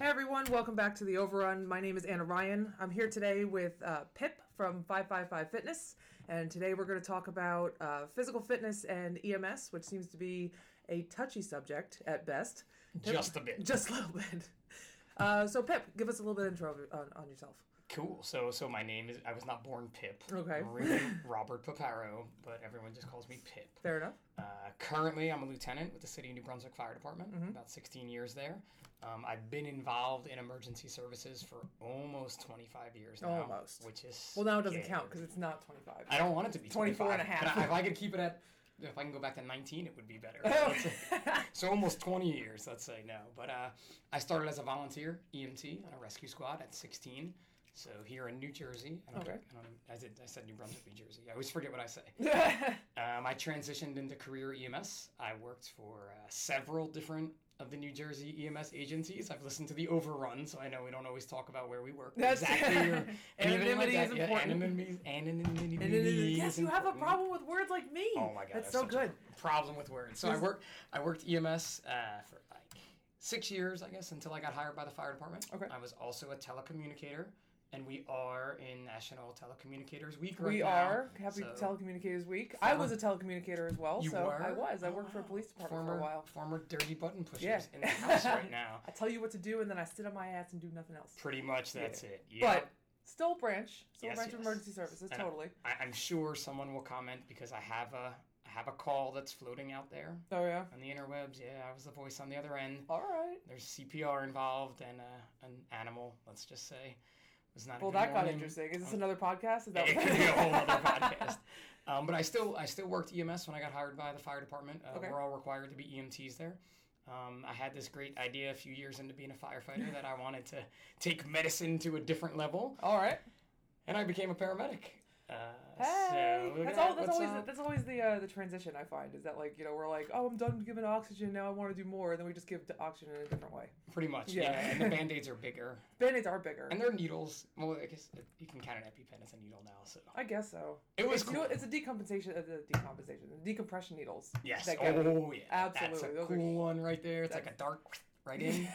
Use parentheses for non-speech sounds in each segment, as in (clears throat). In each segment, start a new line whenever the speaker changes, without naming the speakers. everyone, welcome back to the Overrun. My name is Anna Ryan. I'm here today with uh, Pip from 555 Fitness, and today we're going to talk about uh, physical fitness and EMS, which seems to be a touchy subject at best. Pip-
Just a
(laughs)
bit.
Just a little bit. Uh, so, Pip, give us a little bit of intro on, on yourself.
Cool. So, so my name is. I was not born Pip.
Okay. (laughs)
Really Robert Paparo, but everyone just calls me Pip.
Fair enough.
Uh, currently, I'm a lieutenant with the City of New Brunswick Fire Department.
Mm-hmm.
About 16 years there. Um, I've been involved in emergency services for almost 25 years now.
Almost.
Which is
Well, now it doesn't
scary.
count because it's not 25.
I don't want it to be
24 and
25
a half.
But I, if I could keep it at, if I can go back to 19, it would
(laughs)
be better. That's- so almost 20 years, let's say now. But uh, I started as a volunteer EMT on a rescue squad at 16. So here in New Jersey, I don't,
Okay.
I, don't, I, did, I said New Brunswick, New Jersey. I always forget what I say. Um, I transitioned into career EMS. I worked for uh, several different of the New Jersey EMS agencies. I've listened to the overrun, so I know we don't always talk about where we work.
That's- (laughs)
exactly. or anything like
Anonymity
that.
is
Yeah,
important.
anonymity- anonymity
(laughs) And then-
(laughs) is
yes, you have a
important.
problem with words like me. (laughs)
Oh my god,
That's
I
so
have such
good.
a problem with words. So I work. I worked EMS uh, for like six years, I guess, until I got hired by the fire department.
Okay.
I was also a telecommunicator, and we are in National Telecommunicators Week right
We
now.
are happy
So
Telecommunicators Week. I was a telecommunicator as well,
You
so
were? Oh,
I was. I worked for a police department
Former,
for a while.
former dirty button pushers
Yeah.
in
(laughs)
the house right now.
I tell you what to do, and then I sit on my ass and do nothing else.
Pretty much that's it. Yeah.
But still, branch, still
Yes,
branch of
yes.
emergency
(laughs)
services,
And
totally.
I, I'm sure someone will comment because I have a I have a call that's floating out there
Oh yeah.
on the interwebs. Yeah, I was the voice on the other end.
All right.
There's CPR involved and uh, an animal, let's just say. Was not a
Well,
good
that got
morning. Oh.
interesting. Is this another podcast? Is
(laughs) It could be
that?
a
(laughs)
whole other podcast. Um, but I still I still worked EMS when I got hired by the fire department. Uh,
Okay.
We're all required to be EMTs there. Um, I had this great idea a few years into being a firefighter that I wanted to take medicine to a different level,
All right.
and I became a paramedic. Uh,
Hey,
so look
that's,
at
all,
that.
that's
What's
always
up?
that's always the uh, the transition I find is that like you know we're like oh I'm done giving oxygen now I want to do more and then we just give the oxygen in a different way.
pretty much.
Yeah.
Yeah. and the band aids are
(laughs)
bigger,
Band-aids are bigger.
and they're needles. Well, I guess you can count an EpiPen as a needle now. So
I guess so.
It was
it's, you know,
cool.
it's a decompensation of the decompensation, the decompression needles.
Yes.
That get-
Oh, yeah. That's
Absolutely.
a
Those are
cool one right there. It's like a dart
(laughs)
right in.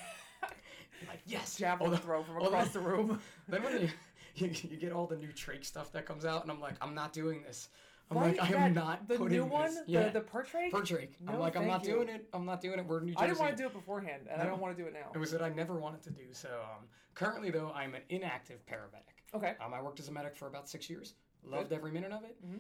like, yes.
javelin
Although-
throw from
although-
across the room.
(laughs) Then when you, you, you get all the new trach stuff that comes out, and I'm like, I'm not doing this. I'm
Right,
like, I
that-
am not
the
putting
new one,
this. Yeah.
the the Pertrake.
per trach.
No,
I'm like, I'm
thank
not
you.
doing it. I'm not doing it. We're in New Jersey.
I didn't want to do it beforehand, and I don't want to do it now.
It was that I never wanted to do. So um, currently, though, I'm an inactive paramedic.
Okay.
Um, I worked as a medic for about six years. Loved every minute of it.
Mm-hmm.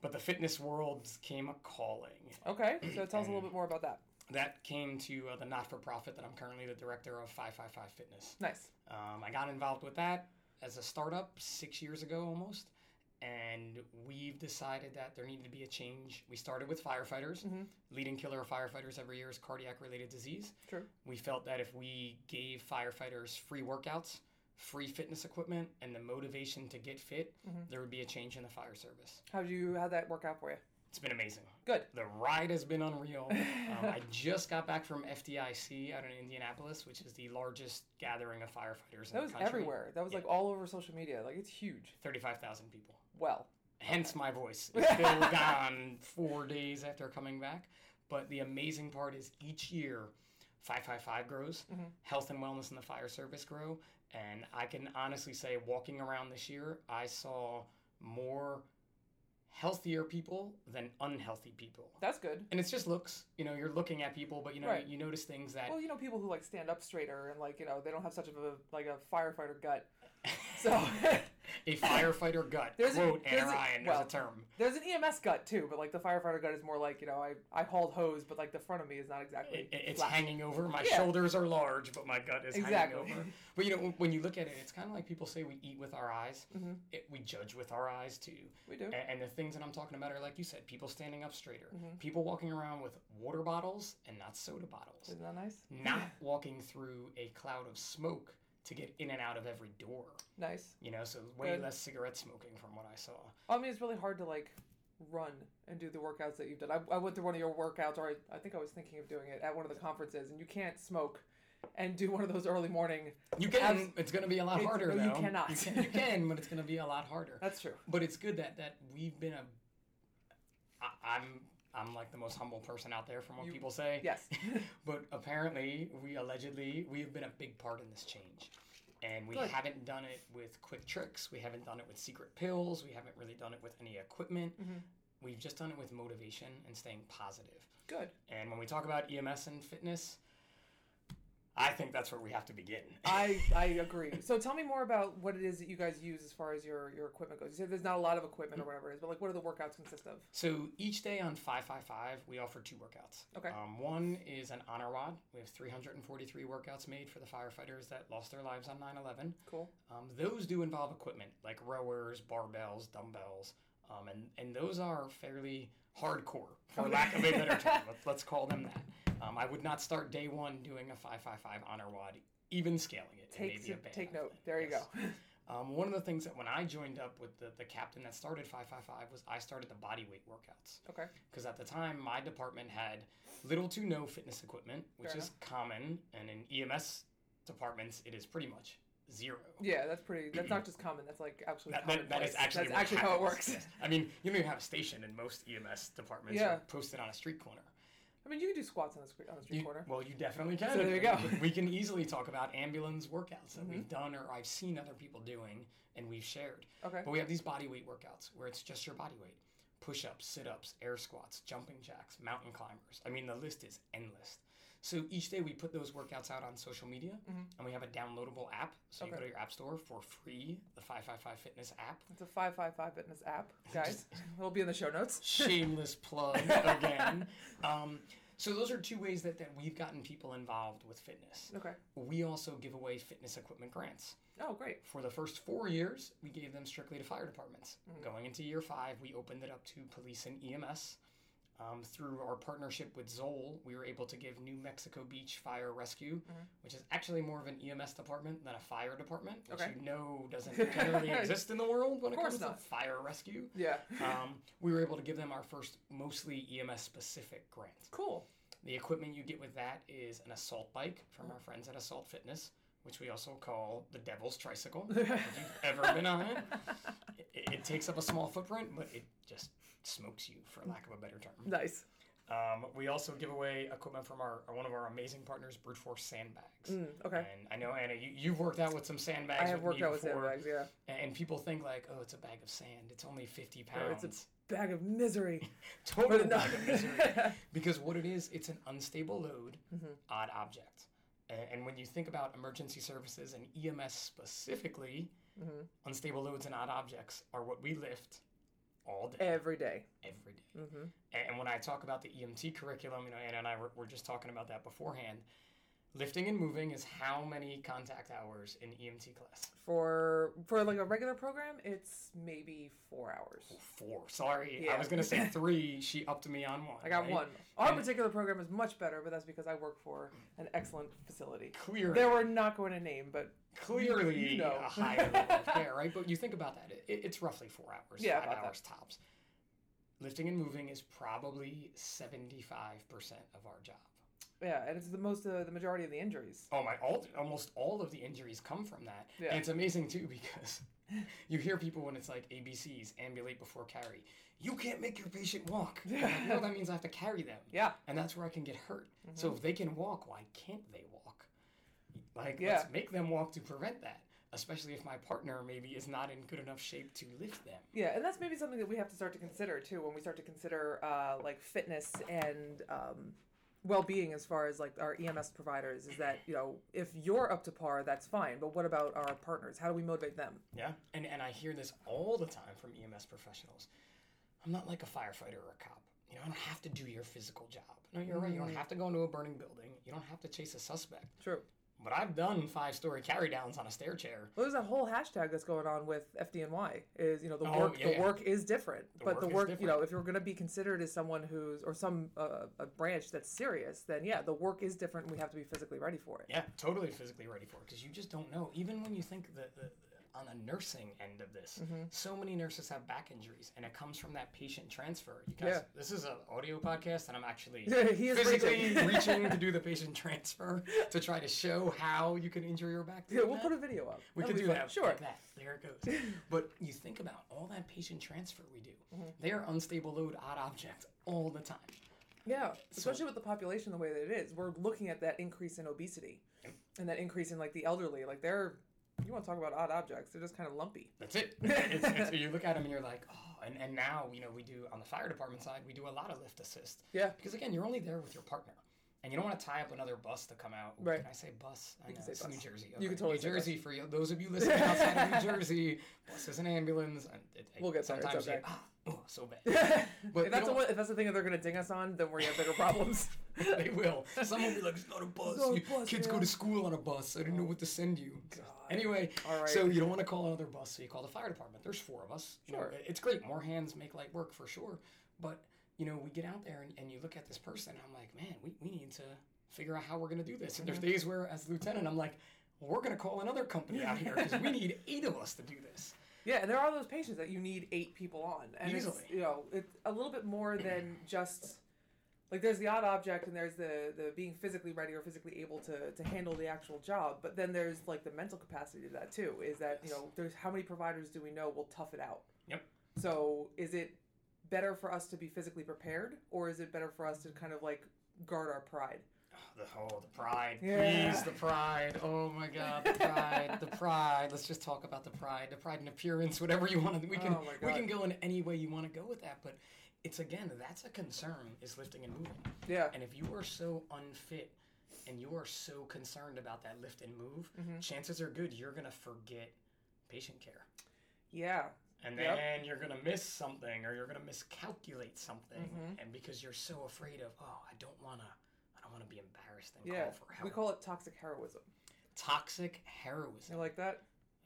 But the fitness world came a calling.
Okay, so tell us a
(clears throat)
little bit more about that.
that came to uh, the not-for-profit that I'm currently the director of 555 Fitness.
Nice.
Um, I got involved with that as a startup six years ago almost, and we've decided that there needed to be a change. We started with firefighters.
Mm-hmm.
Leading killer of firefighters every year is cardiac-related disease.
True.
We felt that if we gave firefighters free workouts, free fitness equipment, and the motivation to get fit,
Mm-hmm.
there would be a change in the fire service.
How would you how that work out for you?
It's been amazing.
Good.
The ride has been unreal. Um,
(laughs)
I just got back from FDIC out in Indianapolis, which is the largest gathering of firefighters in
That was
the country.
everywhere. That was like all over social media. Like it's huge.
35,000 people.
Well,
Hence
(laughs)
my voice. It's still gone four days after coming back. But the amazing part is each year, 555 grows,
Mm-hmm.
health and wellness in the fire service grow. And I can honestly say, walking around this year, I saw more healthier people than unhealthy people
that's good.
and it's just looks. You know, you're looking at people, but you know,
Right.
you notice things that
Well, you know people who like stand up straighter and like you know they don't have such of a like a firefighter gut. (laughs) So
(laughs) a firefighter gut
There's a-
quote
there's
Anna
a-
Ryan.
well-
there's a term.
there's an EMS gut too, but like the firefighter gut is more like you know I I hauled hose, but like the front of me is not exactly.
It- it's
flat.
hanging over. My
uh, Yeah.
shoulders are large, but my gut is
Exactly.
hanging
(laughs)
over. But you know, when- when you look at it, it's kind of like people say we eat with our eyes. It, we judge with our eyes too.
Mm-hmm. We do.
A- And, the things that I'm talking about are like you said, people standing up straighter,
Mm-hmm.
people walking around with water bottles and not soda bottles,
Isn't that nice?
not walking through a cloud of smoke to get in and out of every door.
(laughs) Nice.
You know, so way
Good.
less cigarette smoking from what I saw.
I mean, it's really hard to like run and do the workouts that you've done. I, I went through one of your workouts, or I, I think I was thinking of doing it at one of the conferences, and you can't smoke and do one of those early morning.
You can.
Abs-
it's going to be a lot
It's-
harder.
no, you
though.
cannot.
You
(laughs)
can, you can, but it's going to be a lot harder.
That's true.
But it's good that that we've been a. I, I'm I'm like the most humble person out there from what
You-
people say. (laughs)
Yes.
But apparently, we allegedly, we have been a big part in this change. And we
Good.
haven't done it with quick tricks. We haven't done it with secret pills. We haven't really done it with any equipment.
Mhm.
We've just done it with motivation and staying positive.
Good.
And when we talk about EMS and fitness, I think that's where we have to begin.
I, I agree. So tell me more about what it is that you guys use as far as your, your equipment goes. You said there's not a lot of equipment
Mm.
or whatever it is, but like what do the workouts consist of?
So each day on 555, we offer two workouts.
Okay.
Um, one is an honor rod. We have 343 workouts made for the firefighters that lost their lives on 9 11.
Cool.
Um, those do involve equipment like rowers, barbells, dumbbells, um, and, and those are fairly hardcore, for lack of a better
(laughs)
term. Let's, let's call them that. Um, I would not start day one doing a 555 honor wad, even scaling it. It may
Take
be a
to-
bad
take note.
idea.
There you
Yes.
go.
Um, one of the things that when I joined up with the, the captain that started 555 was I started the body weight workouts
(laughs) Okay.
because at the time my department had little to no fitness equipment, which
Fair
is common, and in EMS departments it is pretty much zero.
Yeah, that's pretty. That's not just common. That's like absolutely.
That, that, that is
commonplace.
actually
that's
what
actually how it
happens,
works.
yes. I mean, you don't even have a station in most EMS departments.
Yeah.
You're posted on a street corner.
I mean, you can do squats on the street on the street
You-
corner.
Well, you definitely can.
So there you go. Mm-hmm.
We can easily talk about ambulance workouts that we've done or I've seen other people doing and we've shared.
Okay.
But we have these body weight workouts where it's just your body weight push ups, sit ups, air squats, jumping jacks, mountain climbers. I mean, the list is endless. So each day we put those workouts out on social media and we have a downloadable app. So you
Okay.
go to your app store for free, the 555 Fitness app.
It's a five five five fitness app, guys. It'll be in the show notes.
shameless plug again. Um, so those are two ways that, that we've gotten people involved with fitness.
Okay.
We also give away fitness equipment grants.
Oh, great.
For the first four years, we gave them strictly to fire departments.
Mm.
Going into year five, we opened it up to police and EMS. Um, through our partnership with Zoll, we were able to give New Mexico Beach Fire Rescue,
Mm-hmm.
which is actually more of an EMS department than a fire department, which
Okay.
you know
(laughs)
doesn't generally exist in the world when it
course
comes
not.
to fire
(laughs)
rescue
Yeah.
um, we were able to give them our first mostly EMS specific grant.
Cool. (laughs)
The equipment you get with that is an assault bike
Mm.
from our friends at Assault Fitness, which we also call the Devil's Tricycle. if you've ever been on it, it, it takes up a small footprint, but it just smokes you, for lack of a better term.
Nice.
Um, we also give away equipment from our one of our amazing partners, Brute Force Sandbags.
Mm, okay.
And I know Anna, you, you've worked out with some sandbags.
I have
with
worked
me
out with
before,
sandbags. Yeah.
and- And people think like, oh, it's a bag of sand. It's only fifty
Or
pounds.
It's (laughs) a bag of misery.
total
But (laughs) no.
(laughs) bag of misery. Because what it is, it's an unstable load,
Mm-hmm.
odd object. And, and when you think about emergency services and EMS specifically,
Mm-hmm.
unstable loads and odd objects are what we lift all day,
(laughs) Every day. Mm-hmm.
every day. And, and when I talk about the EMT curriculum, you know, Anna and I were, were just talking about that beforehand. Lifting and moving is how many contact hours in EMT class?
For for like a regular program, it's maybe four hours.
Four. Sorry, I
Yeah.
was
(laughs)
gonna say three. She upped me on one.
I got
right?
one. Our particular program is much better, but that's because I work for an excellent facility.
Clear.
They were not going to name, but
clearly
You know.
a higher level (laughs) of care, right? But you think about that, it, it's roughly four hours,
Yeah,
five
about that.
hours tops. Lifting and moving is probably 75% of our job.
yeah, and it's the most uh, the majority of the injuries.
Oh my, all, almost all of the injuries come from that.
Yeah.
And it's amazing too because (laughs) you hear people when it's like ABCs, ambulate before carry. You can't make your patient walk. I'm like, no, that means I have to carry them.
Yeah.
And that's where I can get hurt. So if they can walk, why can't they walk? Like,
Yeah.
let's make them walk to prevent that, especially if my partner maybe is not in good enough shape to lift them.
Yeah, and that's maybe something that we have to start to consider too when we start to consider uh, like fitness and um, well-being as far as like our EMS providers. Is that you know if you're up to par, that's fine. But what about our partners? How do we motivate them?
Yeah. And, and I hear this all the time from EMS professionals. I'm not like a firefighter or a cop. You know, I don't have to do your physical job. No, you're right. You don't have to go into a burning building. You don't have to chase a suspect.
True.
But I've done five story carry downs on a stair chair.
Well, there's that whole hashtag that's going on with FDNY. Is you know the
Oh,
work
yeah,
the
yeah.
work is different, but
work
the
is
work you know if you're going to be considered as someone who's or some uh, a branch that's serious, then yeah, the work is different. and We have to be physically ready for it.
Yeah, totally physically ready for it because you just don't know. Even when you think that the, on the nursing end of this.
Mm-hmm.
So many nurses have back injuries, and it comes from that patient transfer. You guys,
Yeah.
this is an audio podcast, and I'm actually
(laughs) He is
physically
reaching.
reaching to do the patient transfer to try to show how you can injure your back.
(laughs) Yeah,
doing
we'll
that.
put a video up.
We
That'll
could
be
do
fun.
that.
Sure.
Like that. There it goes. but you think about all that patient transfer we do.
Mm-hmm.
They are unstable load odd objects all the time.
Yeah, especially with the population the way that it is, we're looking at that increase in obesity and that increase in like the elderly. Like they're, you want to talk about odd objects? They're just kind of lumpy. (laughs)
That's it. It's, it's, you look at them and you're like, oh, and, and now, you know, we do on the fire department side, we do a lot of lift assist.
Yeah. (laughs)
Because again, you're only there with your partner. And you don't want to tie up another bus to come out. Ooh,
Right.
Can I say bus? I know,
say
it's
bus.
New Jersey.
You can totally
New
say bus.
Jersey for you. Those of you listening
(laughs)
outside of New Jersey, bus is an ambulance. And it, it-
We'll get there, it's
sometimes
okay.
you, ah, oh, so bad. (laughs) But
If that's, the
you don't-
one, if that's the thing that they're going to ding us on, then we're going to have bigger problems.
they will. Someone will be like, it's not a bus.
not a
You-
bus, Oh,
Kids go
man."
to school on a bus. I didn't know what to send you. Anyway,
All right.
(laughs) so you don't want to call another bus, so you call the fire department. There's four of us. You know,
Sure.
it's great. More hands make light work for sure. But, you know, we get out there and, and you look at this person, and I'm like, man, we, we need to figure out how we're going to do this. And there's days where, as lieutenant, I'm like, we're going to call another company out here because (laughs) we need eight of us to do this.
yeah, and there are those patients that you need eight people on, and it's
Easily.
you know it's a little bit more than just like there's the odd object and there's the the being physically ready or physically able to to handle the actual job, but then there's like the mental capacity to that too. Is that you
Yes.
know there's how many providers do we know will tough it out?
Yep.
So is it better for us to be physically prepared, or is it better for us to kind of like guard our pride?
The oh, the pride.
Yeah.
Please, the pride. Oh my God, the pride, the pride. Let's just talk about the pride, the pride in appearance, whatever you want. to We can
Oh my
we
God.
can go in any way you want to go with that, but it's again that's a concern is lifting and moving.
Yeah.
And if you are so unfit and you are so concerned about that lift and move,
Mm-hmm.
chances are good you're gonna forget patient care.
Yeah.
And then
Yep.
you're gonna miss something, or you're gonna miscalculate something,
Mm-hmm.
and because you're so afraid of, oh, I don't wanna, I don't wanna be embarrassed and
Yeah.
call for help
We call it toxic heroism.
toxic heroism.
You like that?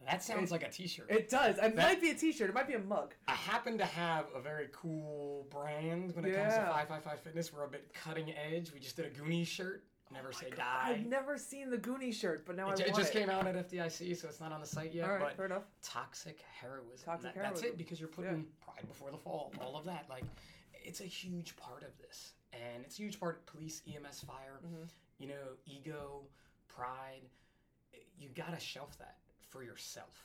That sounds like a t-shirt.
It does. It might be a T-shirt. It might be a mug.
I happen to have a very cool brand when it comes to
Yeah.
555 fitness. We're a bit cutting edge. We just did a Goonie shirt.
Oh
Never say die.
I've never seen the Goonie shirt, but now I
It, ju- it
want
just
it.
came out at FDIC, so it's not on the site yet.
All right,
but
fair enough.
toxic heroism.
Toxic
That- That's
heroism.
it because you're putting pride before the fall, all of that. Like, it's a huge part of this, and it's a huge part of police, EMS, fire.
Mm-hmm.
You know, ego, pride. You gotta shelf that for yourself.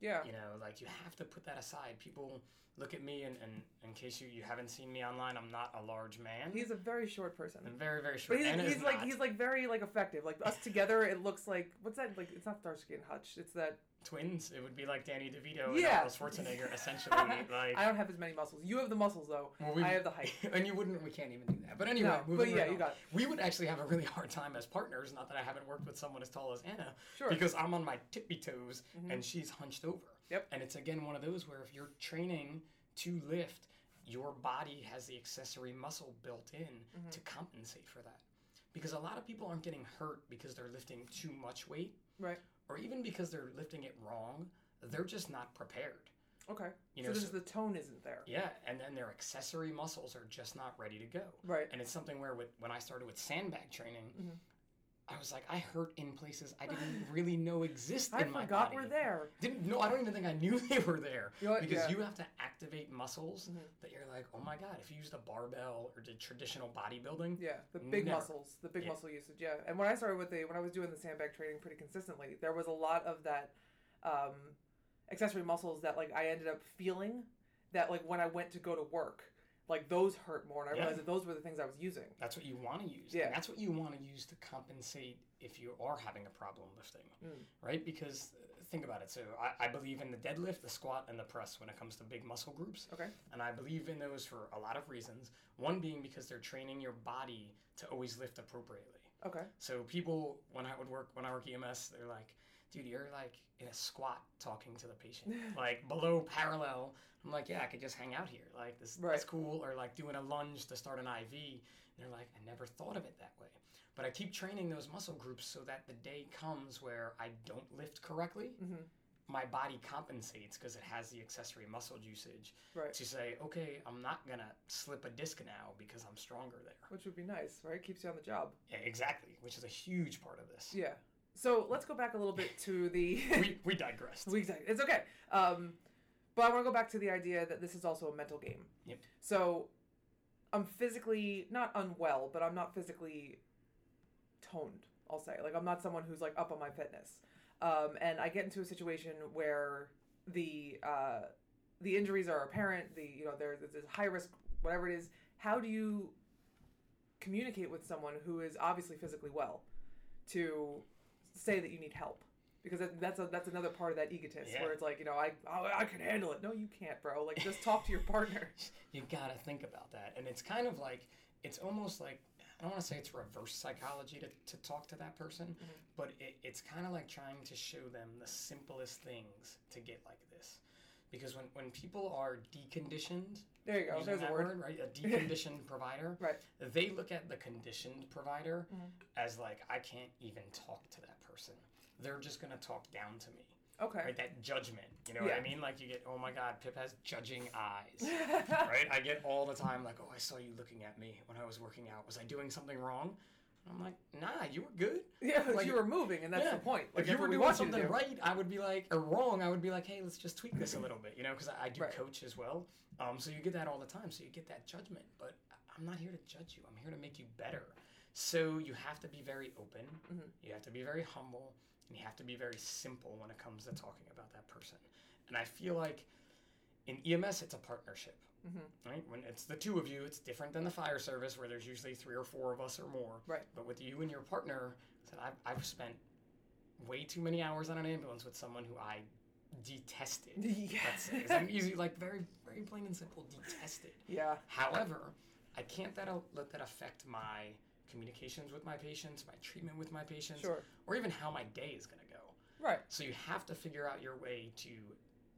Yeah.
you know like you have to put that aside people look at me and, and in case you, you haven't seen me online i'm not a large man
He's a very short person.
i'm very very short
But he's,
Anna is
he's like
not.
he's like very like effective. Like us together, it looks like what's that? Like it's not Starsky and Hutch. It's that.
twins it would be like danny devito
Yeah.
and arnold schwarzenegger essentially like
(laughs) I don't have as many muscles. You have the muscles though.
Well, we-
I
(laughs)
have the height.
and you wouldn't we can't even do that but anyway
No,
moving
but yeah,
right
you
on.
got it.
we would actually have a really hard time as partners not that i haven't worked with someone as tall as anna
Sure. Mm-hmm.
because i'm on my tippy toes and she's hunched over
Yep.
and it's again one of those where if you're training to lift your body has the accessory muscle built in
Mm-hmm.
to compensate for that because a lot of people aren't getting hurt because they're lifting too much weight
Right.
or even because they're lifting it wrong they're just not prepared
Okay.
You
so
know,
this
so-
the tone isn't there.
yeah, and then their accessory muscles are just not ready to go.
Right.
And it's something where with, when I started with sandbag training,
Mm-hmm.
I was like, I hurt in places I didn't (laughs) really know exist
I
in my
forgot
body.
we're there.
Didn't no, I don't even think I knew (laughs) they were there
You know what?
because
Yeah. Mm-hmm.
you have to activate muscles that you're like, oh my god, if you use the barbell or did traditional bodybuilding,
Yeah, the big
Mm, Never.
muscles, the big
Yeah.
muscle usage. Yeah, and when I started with the when I was doing the sandbag training pretty consistently, there was a lot of that um, accessory muscles that like I ended up feeling that like when I went to go to work, like those hurt more, and I
Yeah.
realized that those were the things I was using.
that's what you want to use.
Yeah.
And that's what you want to use to compensate if you are having a problem lifting,
Mm.
right? Because uh, think about it. So I, I believe in the deadlift, the squat, and the press when it comes to big muscle groups.
Okay.
And I believe in those for a lot of reasons. One being because they're training your body to always lift appropriately.
Okay. (laughs)
So people, when I would work, when I work EMS, they're like, dude, you're like in a squat talking to the patient,
Mm-hmm,
like below parallel. I'm like, yeah, I could just hang out here. Like this, that's
Right.
cool. Or like doing a lunge to start an IV. And they're like, I never thought of it that way. But I keep training those muscle groups so that the day comes where I don't lift correctly. My body compensates because it has the accessory muscle usage
Right.
to say, okay, I'm not gonna slip a disc now because I'm stronger there.
Which would be nice, right? Keeps you on the job.
Yeah, exactly, which is a huge part of this.
Yeah. So let's go back a little bit to the. (laughs)
We, we digressed.
we, it's okay. Um, but I want to go back to the idea that this is also a mental game.
Yep.
So I'm physically not unwell, but I'm not physically toned. I'll say like I'm not someone who's like up on my fitness, um, and I get into a situation where the uh, the injuries are apparent. The you know there's there's high risk whatever it is. How do you communicate with someone who is obviously physically well to say that you need help? Because that- that's a, that's another part of that egotist
Yeah.
where it's like you know I, I I can handle it. No, you can't, bro. Like just talk to your
(laughs)
partner.
you got to think about that. And it's kind of like, it's almost like, I don't want to say it's reverse psychology to, to talk to that person,
Mm-hmm.
but it, it's kind of like trying to show them the simplest things to get like this. Because when, when people are deconditioned,
There you go.
using
There's a
that
word.
word, right?
(laughs)
A deconditioned provider.
Right. Mm-hmm.
They look at the conditioned provider as like, I can't even talk to that person. They're just going to talk down to me.
Okay.
Right? That judgment. You know what
Yeah.
I mean? Like you get, oh my God, Pip has judging eyes. right? I get all the time like, oh, I saw you looking at me when I was working out. Was I doing something wrong? And I'm like, nah, you were good.
(laughs) Yeah, 'cause
Like-
you were moving, and that's the
Yeah.
point. Like
if you
that's
were
what we
doing
want you to
something
do.
right, I would be like, or wrong, I would be like, hey, let's just tweak this a little bit, you know, because I, I do
Right.
coach as well. Um, so you get that all the time. So you get that judgment, but I- I'm not here to judge you. I'm here to make you better. So you have to be very open.
Mhm.
You have to be very humble, and you have to be very simple when it comes to talking about that person. And I feel like in EMS, it's a partnership.
Mhm.
Right? When it's the two of you, it's different than the fire service where there's usually three or four of us or more.
Right.
But with you and your partner, I said, I've, I've spent way too many hours on an ambulance with someone who I
(laughs)
detested. That's it. It's
Yeah.
like easy, like very, very plain and simple, detested.
yeah.
However, I can't that uh, let that affect my communications with my patients, my treatment with my patients,
Sure.
or even how my day is going to go.
Right.
So you have to figure out your way to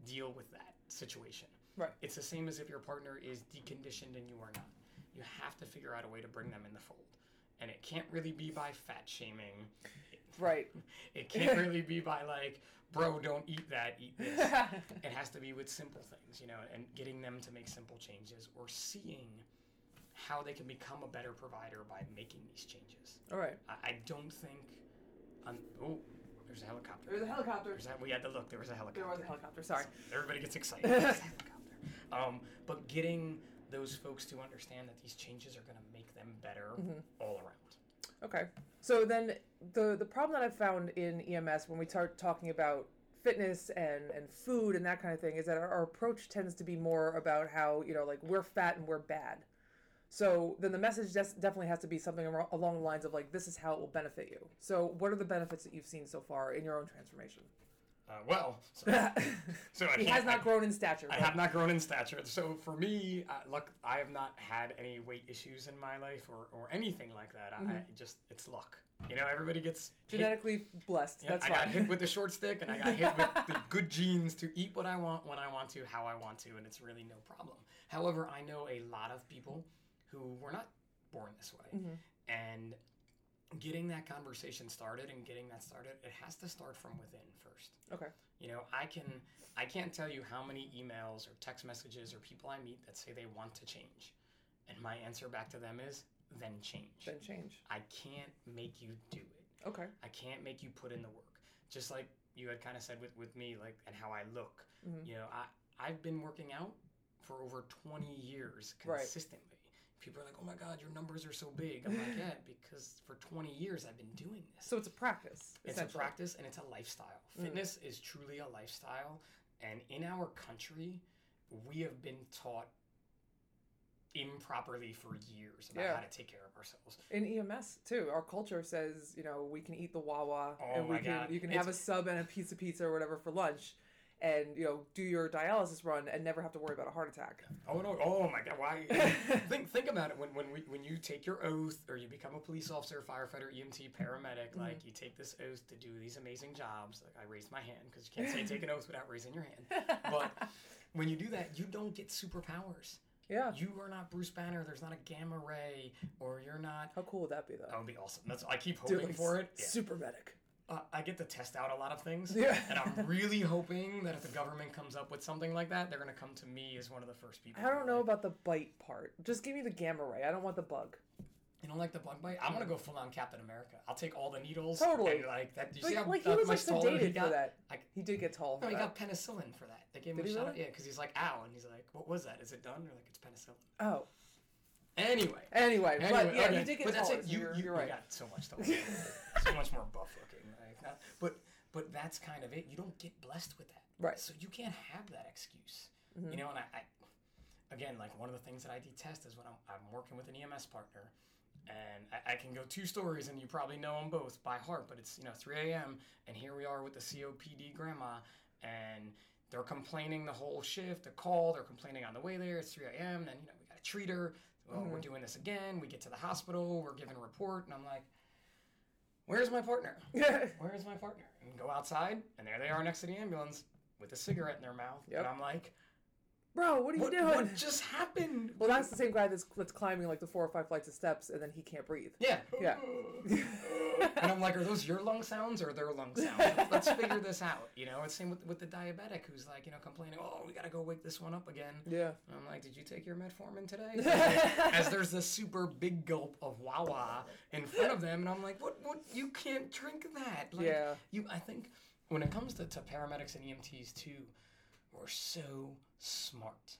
deal with that situation.
Right.
It's the same as if your partner is deconditioned and you are not. You have to figure out a way to bring them in the fold. And it can't really be by fat shaming. (laughs)
Right.
It
(laughs)
can't really be by like, bro, don't eat that, eat this. it has to be with simple things, you know, and getting them to make simple changes or seeing how they can become a better provider by making these changes.
(laughs) All right.
I, I don't think. Um, oh, there's a helicopter.
There's a helicopter.
There's that, we had to look. There was a helicopter.
There was a helicopter. Sorry. (laughs)
Everybody gets excited. There's a helicopter. Um, but getting those folks to understand that these changes are going to make them better
Mm-hmm.
all around.
Okay. So then the the problem that I've found in EMS when we start talking about fitness and and food and that kind of thing is that our, our approach tends to be more about how you know like we're fat and we're bad. So then the message des- definitely has to be something aro- along the lines of like this is how it will benefit you. So what are the benefits that you've seen so far in your own
(laughs)
transformation?
Uh, well,
(laughs)
so, so I
he
can't-
has
I-
not grown in stature.
I
but-
have not grown in stature. So for me, uh, luck, I have not had any weight issues in my life or, or anything like that. I,
Mm-hmm.
I just, it's luck. You know, everybody gets hit-
genetically blessed.
Yeah,
That's
I
fine.
got hit with the short stick and I got hit with
(laughs)
the good genes to eat what I want, when I want to, how I want to, and it's really no problem. However, I know a lot of people who were not born this way.
Mm-hmm.
And getting that conversation started and getting that started, it has to start from within first.
okay.
You know, I can I can't tell you how many emails or text messages or people I meet that say they want to change. And my answer back to them is then change.
Then change.
I can't make you do it.
Okay.
I can't make you put in the work. Just like you had kind of said with, with me, like, and how I look.
Mhm.
You know, I, I've been working out for over 20 years
Right.
consistently. People are like, oh my God, your numbers are so big.
(laughs)
I'm like, yeah, because for 20 years I've been doing this.
So it's Mm. a practice.
It's a
essentially.
practice and it's a lifestyle. Fitness is truly a lifestyle. And in our country, we have been taught improperly for years about
Yeah.
how to take care of ourselves.
In EMS too, our culture says you know we can eat the Wawa
Oh
and we
my
can
God.
you can
It's-
have a sub and a piece of pizza or whatever for lunch, and you know do your dialysis run and never have to worry about a heart
(laughs)
attack.
Oh no! Oh my
(laughs)
God! Why? think think about it. When when we, when you take your oath, or you become a police officer, firefighter, EMT, paramedic,
Mm-hmm.
like you take this oath to do these amazing jobs. Like I raised my hand because you can't say take an oath without raising your hand. But
(laughs)
when you do that, you don't get superpowers.
Yeah.
You are not Bruce Banner. There's not a gamma ray, or you're not.
How cool would that be though?
That would be awesome. That's I keep
Do,
hoping
like,
for it. Yeah.
Super medic.
Uh, I get to test out a lot of things,
Yeah.
and I'm really hoping that if the government comes up with something like that, they're going to come to me as one of the first people.
I don't
to
know about the bite part. Just give me the gamma ray. I don't want the bug.
You don't like the bug bite? I'm gonna go full on Captain America. I'll take all the needles.
Totally.
and, like that. Do you
But,
see how
like he
how
was like
much taller he
sedated
got?
for that.
I-
he did get tall.
No,
for
he
that.
got penicillin for that. They gave him
Did
a
he
shot.
really?
Yeah, because he's like, ow, and he's like, what was that? Is it done? You're like, it's penicillin.
Oh,
Anyway.
anyway, but
Anyway,
yeah,
okay.
he did get
But
taller.
that's it.
so
You,
you're,
you,
you're
you
right.
got so much taller. so much more buff looking. Like, not- but but that's kind of it. You don't get blessed with that.
Right. Mm-hmm.
So you can't have that excuse. You know, and I, I, again, like one of the things that I detest is when I'm, I'm working with an EMS partner, and I, I can go two stories, and you probably know them both by heart. But it's you know 3 a.m. and here we are with the COPD grandma, and they're complaining the whole shift, the call, they're complaining on the way there. It's 3 a.m. Then you know we got to treat her. Well,
Mm-hmm.
we're doing this again. We get to the hospital. We're giving a report, and I'm like, "Where's my partner?" where is my partner? And go outside, and there they are next to the ambulance with a cigarette in their mouth.
Yep.
And I'm like,
(laughs) Bro, what are you
what,
doing?
what just happened?
Well, that's the same guy that's, that's climbing like the four or five flights of steps, and then he can't breathe.
Yeah.
Yeah.
(laughs) and I'm like, are those your lung sounds or their lung sounds? Let's figure this out. You know, it's same with, with the diabetic who's like, you know, complaining, oh, we got to go wake this one up again.
Yeah.
And I'm like, did you take your metformin today?
(laughs)
As there's this super big gulp of Wawa in front of them, and I'm like, what? What? You can't drink that. Like,
Yeah.
You, I think when it comes to, to paramedics and EMTs too, we're so smart.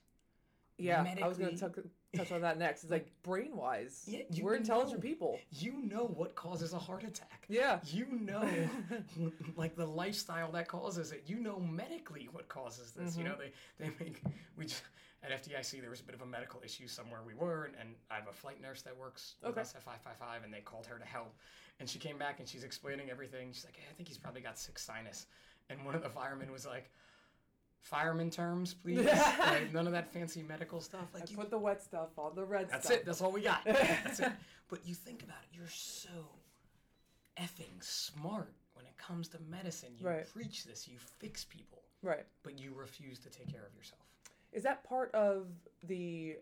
Yeah, I was going to
Medically-
touch on that next. It's like brain wise,
Yeah, you
we're intelligent
know.
people.
You know what causes a heart attack.
Yeah.
You
(laughs)
know, like the lifestyle that causes it. You know medically what causes this. You know
Mm-hmm.
they they make we just, at FDIC there was a bit of a medical issue somewhere we were, and, and I have a flight nurse that works with
Okay.
us at five five five, and they called her to help, and she came back and she's explaining everything. She's like, hey, I think he's probably got sick sinus, and one of the firemen was like. Fireman terms,
(laughs)
please. Like, none of that fancy medical stuff. Like you
Put the wet stuff on the red
that's
stuff.
it. That's all we
(laughs)
got. That's it. But you think about it. You're so effing smart when it comes to medicine. You
Right.
preach this. You fix people,
Right.
but you refuse to take care of yourself.
Is that part of the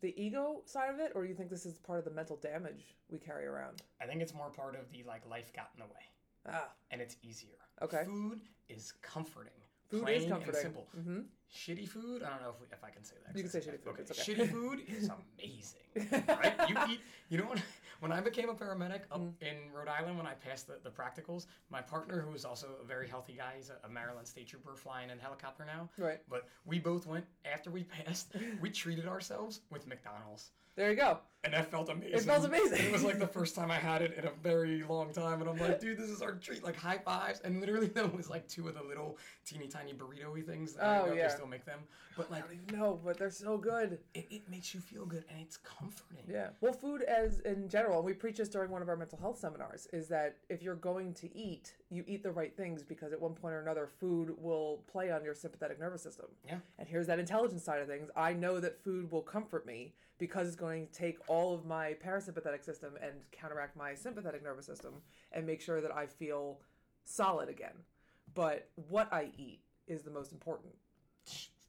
the ego side of it, or do you think this is part of the mental damage we carry around?
I think it's more part of the like life got in the way,
Ah,
and it's easier.
Okay.
Food is comforting.
Food is
Plain
comforting. Mm-hmm.
And simple. Shitty food. I don't know if, we, if I can say that.
You can say shitty food,
Okay.
it's okay.
Shitty
(laughs)
food is amazing. right? You eat. You know when, when I became a paramedic up
Mm.
in Rhode Island when I passed the, the practicals, my partner who is also a very healthy guy, he's a, a Maryland state trooper flying in helicopter now.
Right.
But we both went after we (laughs) passed. We treated ourselves with McDonald's.
there you go.
And that felt amazing. It
felt amazing.
It
(laughs)
was like the first time I had it in a very long time. And I'm like, dude, this is our treat. Like, high fives. And literally, (laughs) that was like two of the little teeny tiny burrito y things. That I
Oh,
don't know if
yeah.
they still make them. But like,
No, but they're so good.
it, it makes you feel good and it's comforting.
Yeah. Well, food as in general, and we preach this during one of our mental health seminars, is that if you're going to eat, you eat the right things because at one point or another, food will play on your sympathetic nervous system.
Yeah.
And here's that intelligence side of things. I know that food will comfort me because it's going to take all of my parasympathetic system and counteract my sympathetic nervous system and make sure that I feel solid again. But what I eat is the most important.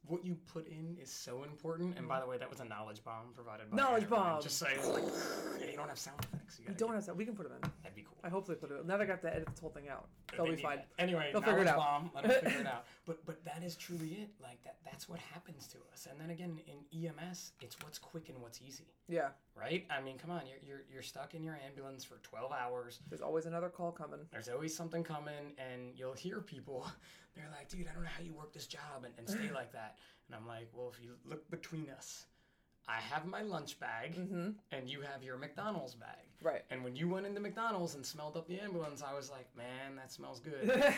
What you put in is so important. And by the way, that was a knowledge bomb provided by
Knowledge
Andrew Ryan.
bomb.
Just saying, like, (sighs) yeah, you don't have sound effects. You, gotta
Don't have that. We can put them in.
get- That'd be cool.
I hope they put it. Now that I got to edit this whole thing out, they'll
They
be
need
fine.
that. Anyway,
They'll
they'll
figure it out.
bomb. Let them
(laughs)
figure it out. But but that is truly it. Like that. That's what happens to us. And then again, in EMS, it's what's quick and what's easy.
Yeah.
Right? I mean, come on. You're you're, you're stuck in your ambulance for 12 hours.
There's always another call coming.
There's always something coming, and you'll hear people. (laughs) They're like, dude, I don't know how you work this job and,
(laughs)
and stay like that. And I'm like, well, if you look between us, I have my lunch bag,
Mm-hmm.
and you have your McDonald's bag.
Right.
And when you went into McDonald's and smelled up the ambulance, I was like, man, that smells
(laughs)
good. let,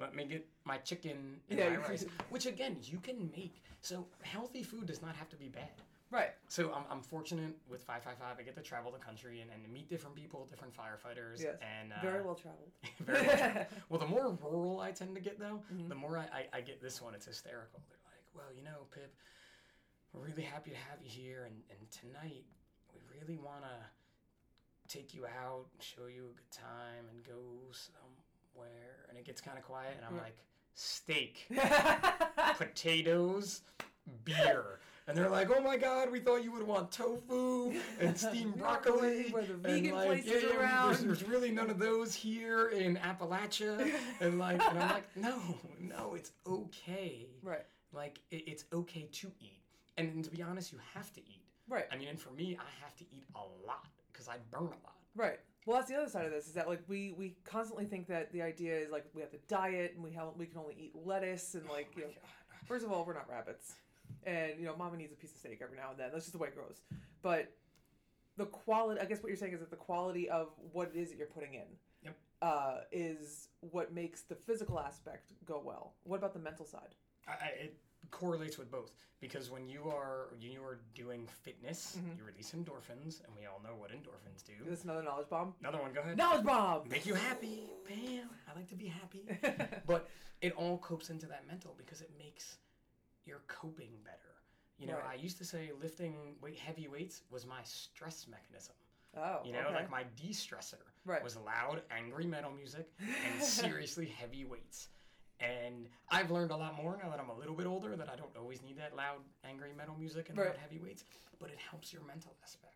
let me get my chicken and
Yeah.
my rice. Which, again, you can make. So, healthy food does not have to be bad.
Right.
So I'm, I'm fortunate with 555. I get to travel the country and, and meet different people, different firefighters.
Yes.
And, uh,
Very well traveled.
(laughs) very well traveled. well, the more rural I tend to get, though, the more I, I, I get this one. It's hysterical. They're like, well, you know, Pip, we're really happy to have you here. And, and tonight, we really want to take you out, show you a good time, and go somewhere. And it gets kind of quiet. And I'm like, steak potatoes, beer. And they're like, oh my god, we thought you would want tofu
(laughs)
and steamed
We don't go
broccoli.
anywhere, the
and,
vegan places
we-
around."
There's, there's really none of those here in Appalachia. And like, and
(laughs)
I'm like, no, no, it's okay.
right.
Like, it, it's okay to eat. And, to be honest, you have to eat.
Right.
I mean, and for me, I have to eat a lot because I burn a lot.
Right. Well, that's the other side of this is that like we we constantly think that the idea is like we have to diet and we have we can only eat lettuce
Oh
and like you know, first of all we're not rabbits, and you know mama needs a piece of steak every now and then. That's just the way it goes. But the quality, I guess, what you're saying is that the quality of what it is that you're putting in.
Yep.
Uh, is what makes the physical aspect go well. What about the mental side?
I, I- it correlates with both because when you are when you are doing fitness,
Mm-hmm.
you release endorphins, and we all know what endorphins do.
Is this another knowledge bomb?
Another one, go ahead.
Knowledge bomb.
Make you happy, bam. I like to be happy,
Eh.
but it all copes into that mental because it makes your coping better. You know,
Right.
I used to say lifting weight, heavy weights was my stress mechanism.
(laughs) Oh,
You know,
okay.
like my de-stressor
Right.
was loud, angry metal music
(laughs)
and seriously heavy weights. And I've learned a lot more now that I'm a little bit older that I don't always need that loud, angry metal music and
Right. Mm-hmm.
loud heavy weights, but it helps your mental aspect.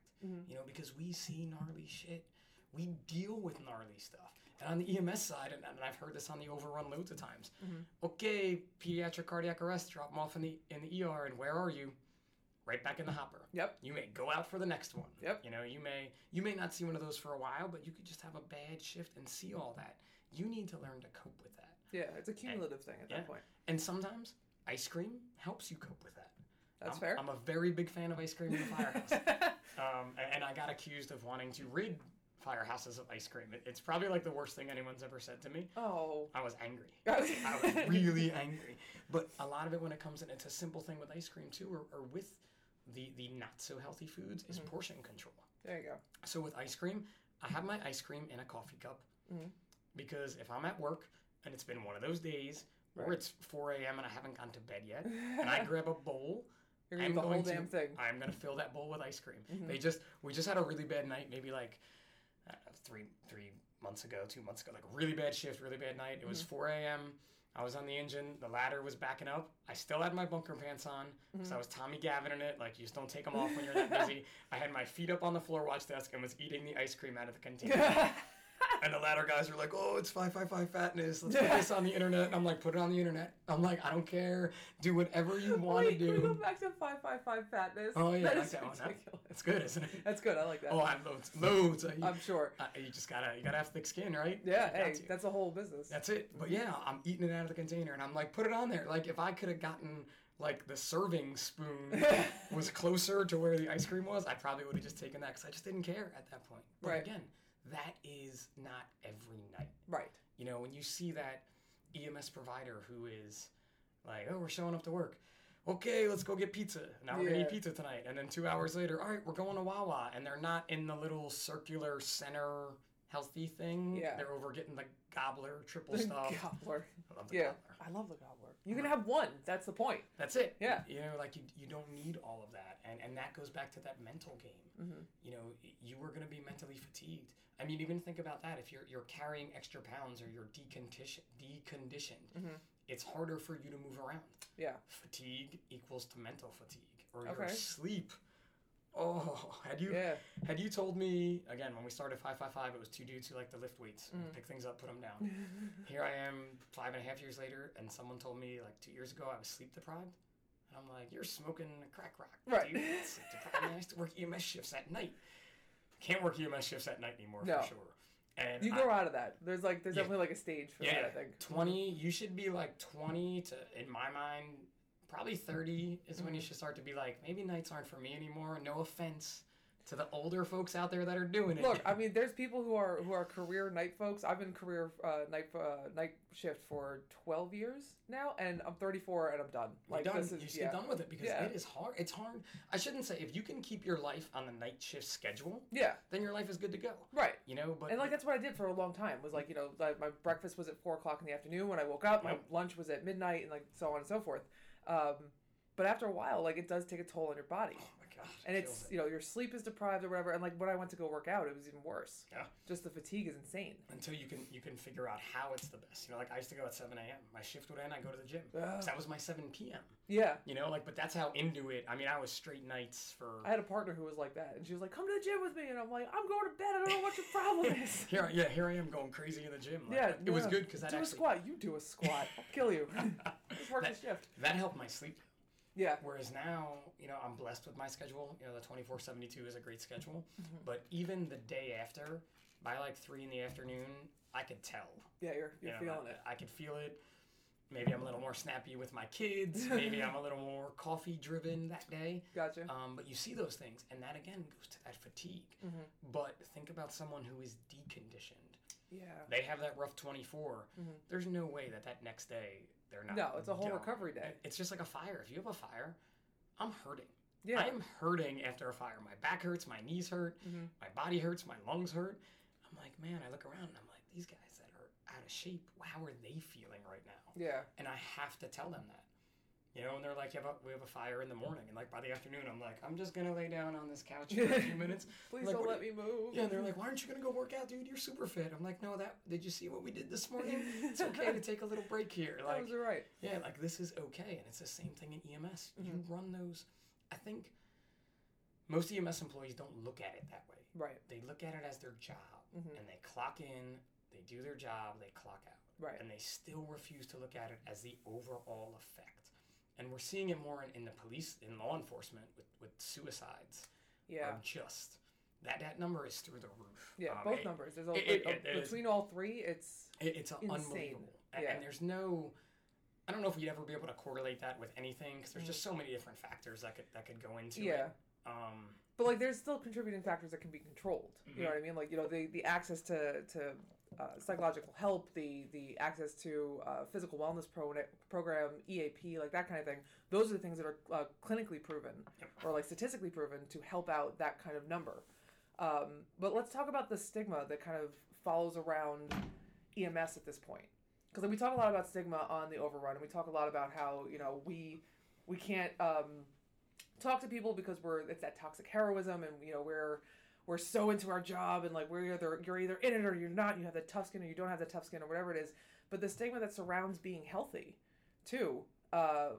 You know, because we see gnarly shit, we deal with gnarly stuff. And on the EMS side, and, and I've heard this on the overrun loads of times.
Mm-hmm.
Okay, pediatric cardiac arrest, drop them off in the in the ER, and where are you? Right back in the hopper.
Yep.
You may go out for the next one.
Yep.
You know, you may you may not see one of those for a while, but you could just have a bad shift and see all that. You need to learn to cope with that.
Yeah, it's a cumulative thing at
yeah.
that point.
And sometimes ice cream helps you cope with that.
That's
I'm,
fair.
I'm a very big fan of ice cream in the firehouse.
(laughs)
um, and, and I got accused of wanting to rid firehouses of ice cream. It- it's probably like the worst thing anyone's ever said to me.
oh.
I was angry. (laughs)
(laughs)
I was
yeah.
really angry. But a lot of it when it comes in, it's a simple thing with ice cream too, or, or with the the not so healthy foods
Mm-hmm.
is portion control.
There you go.
So with ice cream, I have my ice cream in a coffee cup
Mm-hmm.
because if I'm at work and it's been one of those days where
Right.
it's 4 a.m. and I haven't gone to bed yet, and I grab a bowl.
(laughs) You're gonna eat the whole damn thing.
(laughs) I'm gonna fill that bowl with ice cream. They just we just had a really bad night, maybe like I don't know, three three months ago, two months ago, like really bad shift, really bad night. It was 4 a.m. I was on the engine. The ladder was backing up. I still had my bunker pants on because I was Tommy Gavin in it. Like you just don't take them off when you're that busy. I had my feet up on the floor watch desk and was eating the ice cream out of
(laughs)
the container. And the ladder guys were like, "Oh, it's five five five fatness. Let's put this on the internet." And I'm like, "Put it on the internet." I'm like, "I don't care. Do
(laughs)
whatever you want to
Wait, can we go
do."
back to five five five fatness?
Oh yeah, I
That
like
is
that one. That-
ridiculous.
That's good,
(laughs)
isn't it?
That's good. I like that.
Oh, I have loads, loads. I,
(laughs)
(laughs)
I'm sure.
I- you just gotta, you gotta have thick skin, right?
Yeah,
You got
hey,
to.
that's a whole business. (laughs)
that's it. But yeah, I'm eating it out of the container, and I'm like, put it on there. Like if I could have gotten like the
(laughs)
serving spoon was closer to where the ice cream was, I probably would have just taken that because I just didn't care at that point. But
Right.
again, that is not every night.
right.
You know, when you see that EMS provider who is like, oh, we're showing up to work. Okay, let's go get pizza. Now we're gonna
Yeah.
eat pizza tonight. And then two hours later, all right, we're going to Wawa. And they're not in the little circular center healthy thing.
Yeah.
They're over getting the gobbler triple
The
stuff.
gobbler.
I love the
Yeah,
gobbler. Uh-huh.
I love the gobbler. You can have one. That's the point.
That's it.
Yeah.
You know, like you, you don't need all of that. And, and that goes back to that mental game.
Mm-hmm.
You know, y- you were going to be mentally fatigued. I mean, even think about that. If you're, you're carrying extra pounds or you're decondition, deconditioned, it's harder for you to move around.
Mm-hmm. Yeah.
Fatigue equals to mental fatigue or your
Okay.
sleep. Oh, had you
Yeah.
had you told me again when we started five five five, it was two dudes who like to lift weights,
Mm.
pick things up, put them down.
(laughs)
(laughs) Here I am, five and a half years later, and someone told me like two years ago I was sleep deprived, and I'm like, you're smoking a crack rock,
Right.
dude. Sleep deprived. I used to work EMS shifts at night. Can't work EMS shifts at night anymore
No.
for sure. And
You
I-
grow out of that. There's like there's
Yeah.
definitely like a stage for
yeah,
that. I think.
20, you should be like 20 to, in my mind, probably 30 is when you
Mm-hmm.
should start to be like, maybe nights aren't for me anymore. No offense to the older folks out there that are doing it.
Look, I mean, there's people who are who are career night folks. I've been career uh, night uh, night shift for 12 years now, and I'm 34 and I'm done.
You're
Like
done.
this
you
is
should
yeah.
get done with it because
Yeah.
it is hard. It's hard. I shouldn't say if you can keep your life on the night shift schedule,
Yeah,
then your life is good to go.
right.
You know, but
And like that's what I did for a long time. Was like you know like, my breakfast was at four o'clock in the afternoon when I woke up. My
Yep.
lunch was at midnight, and like so on and so forth. Um, but after a while, like it does take a toll on your
(sighs)
body,
oh my gosh, it
and
kills
it's
it.
you know your sleep is deprived or whatever. And like when I went to go work out, it was even worse.
Yeah.
Just the fatigue is insane.
until you can you can figure out how it's the best. You know, like I used to go at seven a.m. My shift would end. I go to the gym. 'Cause that was my seven p.m.
(sighs) Yeah.
You know, like but that's how into it. I mean, I was straight nights for
I had a partner who was like that, and she was like, "Come to the gym with me," and I'm like, "I'm going to bed. I don't know what your problem
(laughs)
is." (laughs)
here. I- Yeah, here I am going crazy in the gym. Like,
yeah,
it was
no.
(laughs) good because that
do a
actually (laughs)
squat. You do a squat. I'll kill you. (laughs) Just work the shift.
that helped my sleep.
Yeah.
Whereas now, you know, I'm blessed with my schedule. You know, the 2472 is a great schedule.
Mm-hmm.
But even the day after, by like three in the afternoon, I could tell.
Yeah, you're,
you
you're
know,
feeling
I,
it.
I could feel it. Maybe I'm a little more snappy with
(laughs)
my kids. Maybe I'm a little more coffee driven that day.
Gotcha.
Um, but you see those things, and that again goes to that fatigue.
Mm-hmm.
But think about someone who is deconditioned.
Yeah.
They have that rough 24. There's no way that that next day they're not.
Mm-hmm. No, it's a whole
done.
recovery day.
uh, It's just like a fire. If you have a fire, I'm hurting.
Yeah.
I'm hurting after a fire. My back hurts, my knees hurt,
Mm-hmm.
my body hurts, my lungs hurt. I'm like, man, I look around and I'm like, these guys that are out of shape, how are they feeling right now?
yeah.
And I have to tell them that. You know, and they're like, yeah, but we have a fire in the morning. And like by the afternoon, I'm like, I'm just going to lay down on this couch for a few minutes.
Please
Like,
don't let
what
me move.
Yeah, and they're like, why aren't you going to go work out, dude? You're super fit. I'm like, no, that, did you see what we did this morning? It's okay to take a little
(laughs)
break here.
That
Like,
was right.
yeah, like this is okay. And it's the same thing in EMS. You
Mm-hmm.
run those, I think most EMS employees don't look at it that way.
Right.
They look at it as their job
Mm-hmm.
and they clock in, they do their job, they clock out.
Right.
And they still refuse to look at it as the overall effect. And we're seeing it more in, in the police, in law enforcement with, with suicides.
Yeah.
Are just that, that number is through the roof.
yeah.
Um,
both
it-
numbers. There's a,
it- it-
a-
it is-
between all three, it's
it, it's
Insane.
unbelievable. A- And,
Yeah.
there's no, I don't know if we'd ever be able to correlate that with anything because there's just so many different factors that could that could go into
yeah.
it. Um,
But like, there's still contributing factors that can be controlled. You know what I mean? Like, you know, the the access to to uh, psychological help, the the access to uh, physical wellness pro- program, EAP, like that kind of thing. Those are the things that are uh, clinically proven or like statistically proven to help out that kind of number. Um, but let's talk about the stigma that kind of follows around EMS at this point, because we talk a lot about stigma on the overrun, and we talk a lot about how you know we we can't. Um, talk to people because we're it's that toxic heroism and you know we're we're so into our job and like we're either you're either in it or you're not you have the tough skin or you don't have the tough skin or whatever it is but the stigma that surrounds being healthy too uh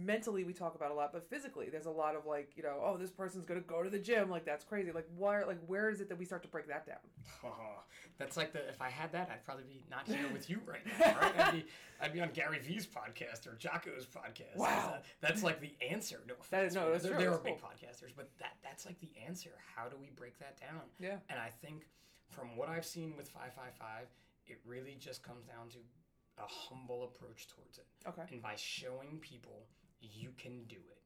mentally we talk about a lot but physically there's a lot of like you know oh this person's gonna go to the gym like that's crazy like why like where is it that we start to break that down
that's like the if I had that, I'd probably be
(laughs)
not here with you right now. Right? I'd be I'd be on Gary V's podcast or Jocko's podcast. 'cause
Wow.
that- that's like the answer. No, offense,
no,
but
that's
there,
true,
there are
that's
big podcasters, but that that's like the answer. How do we break that down?
Yeah.
and I think from what I've seen with five five five, it really just comes down to a humble approach towards it.
okay
and by showing people you can do it.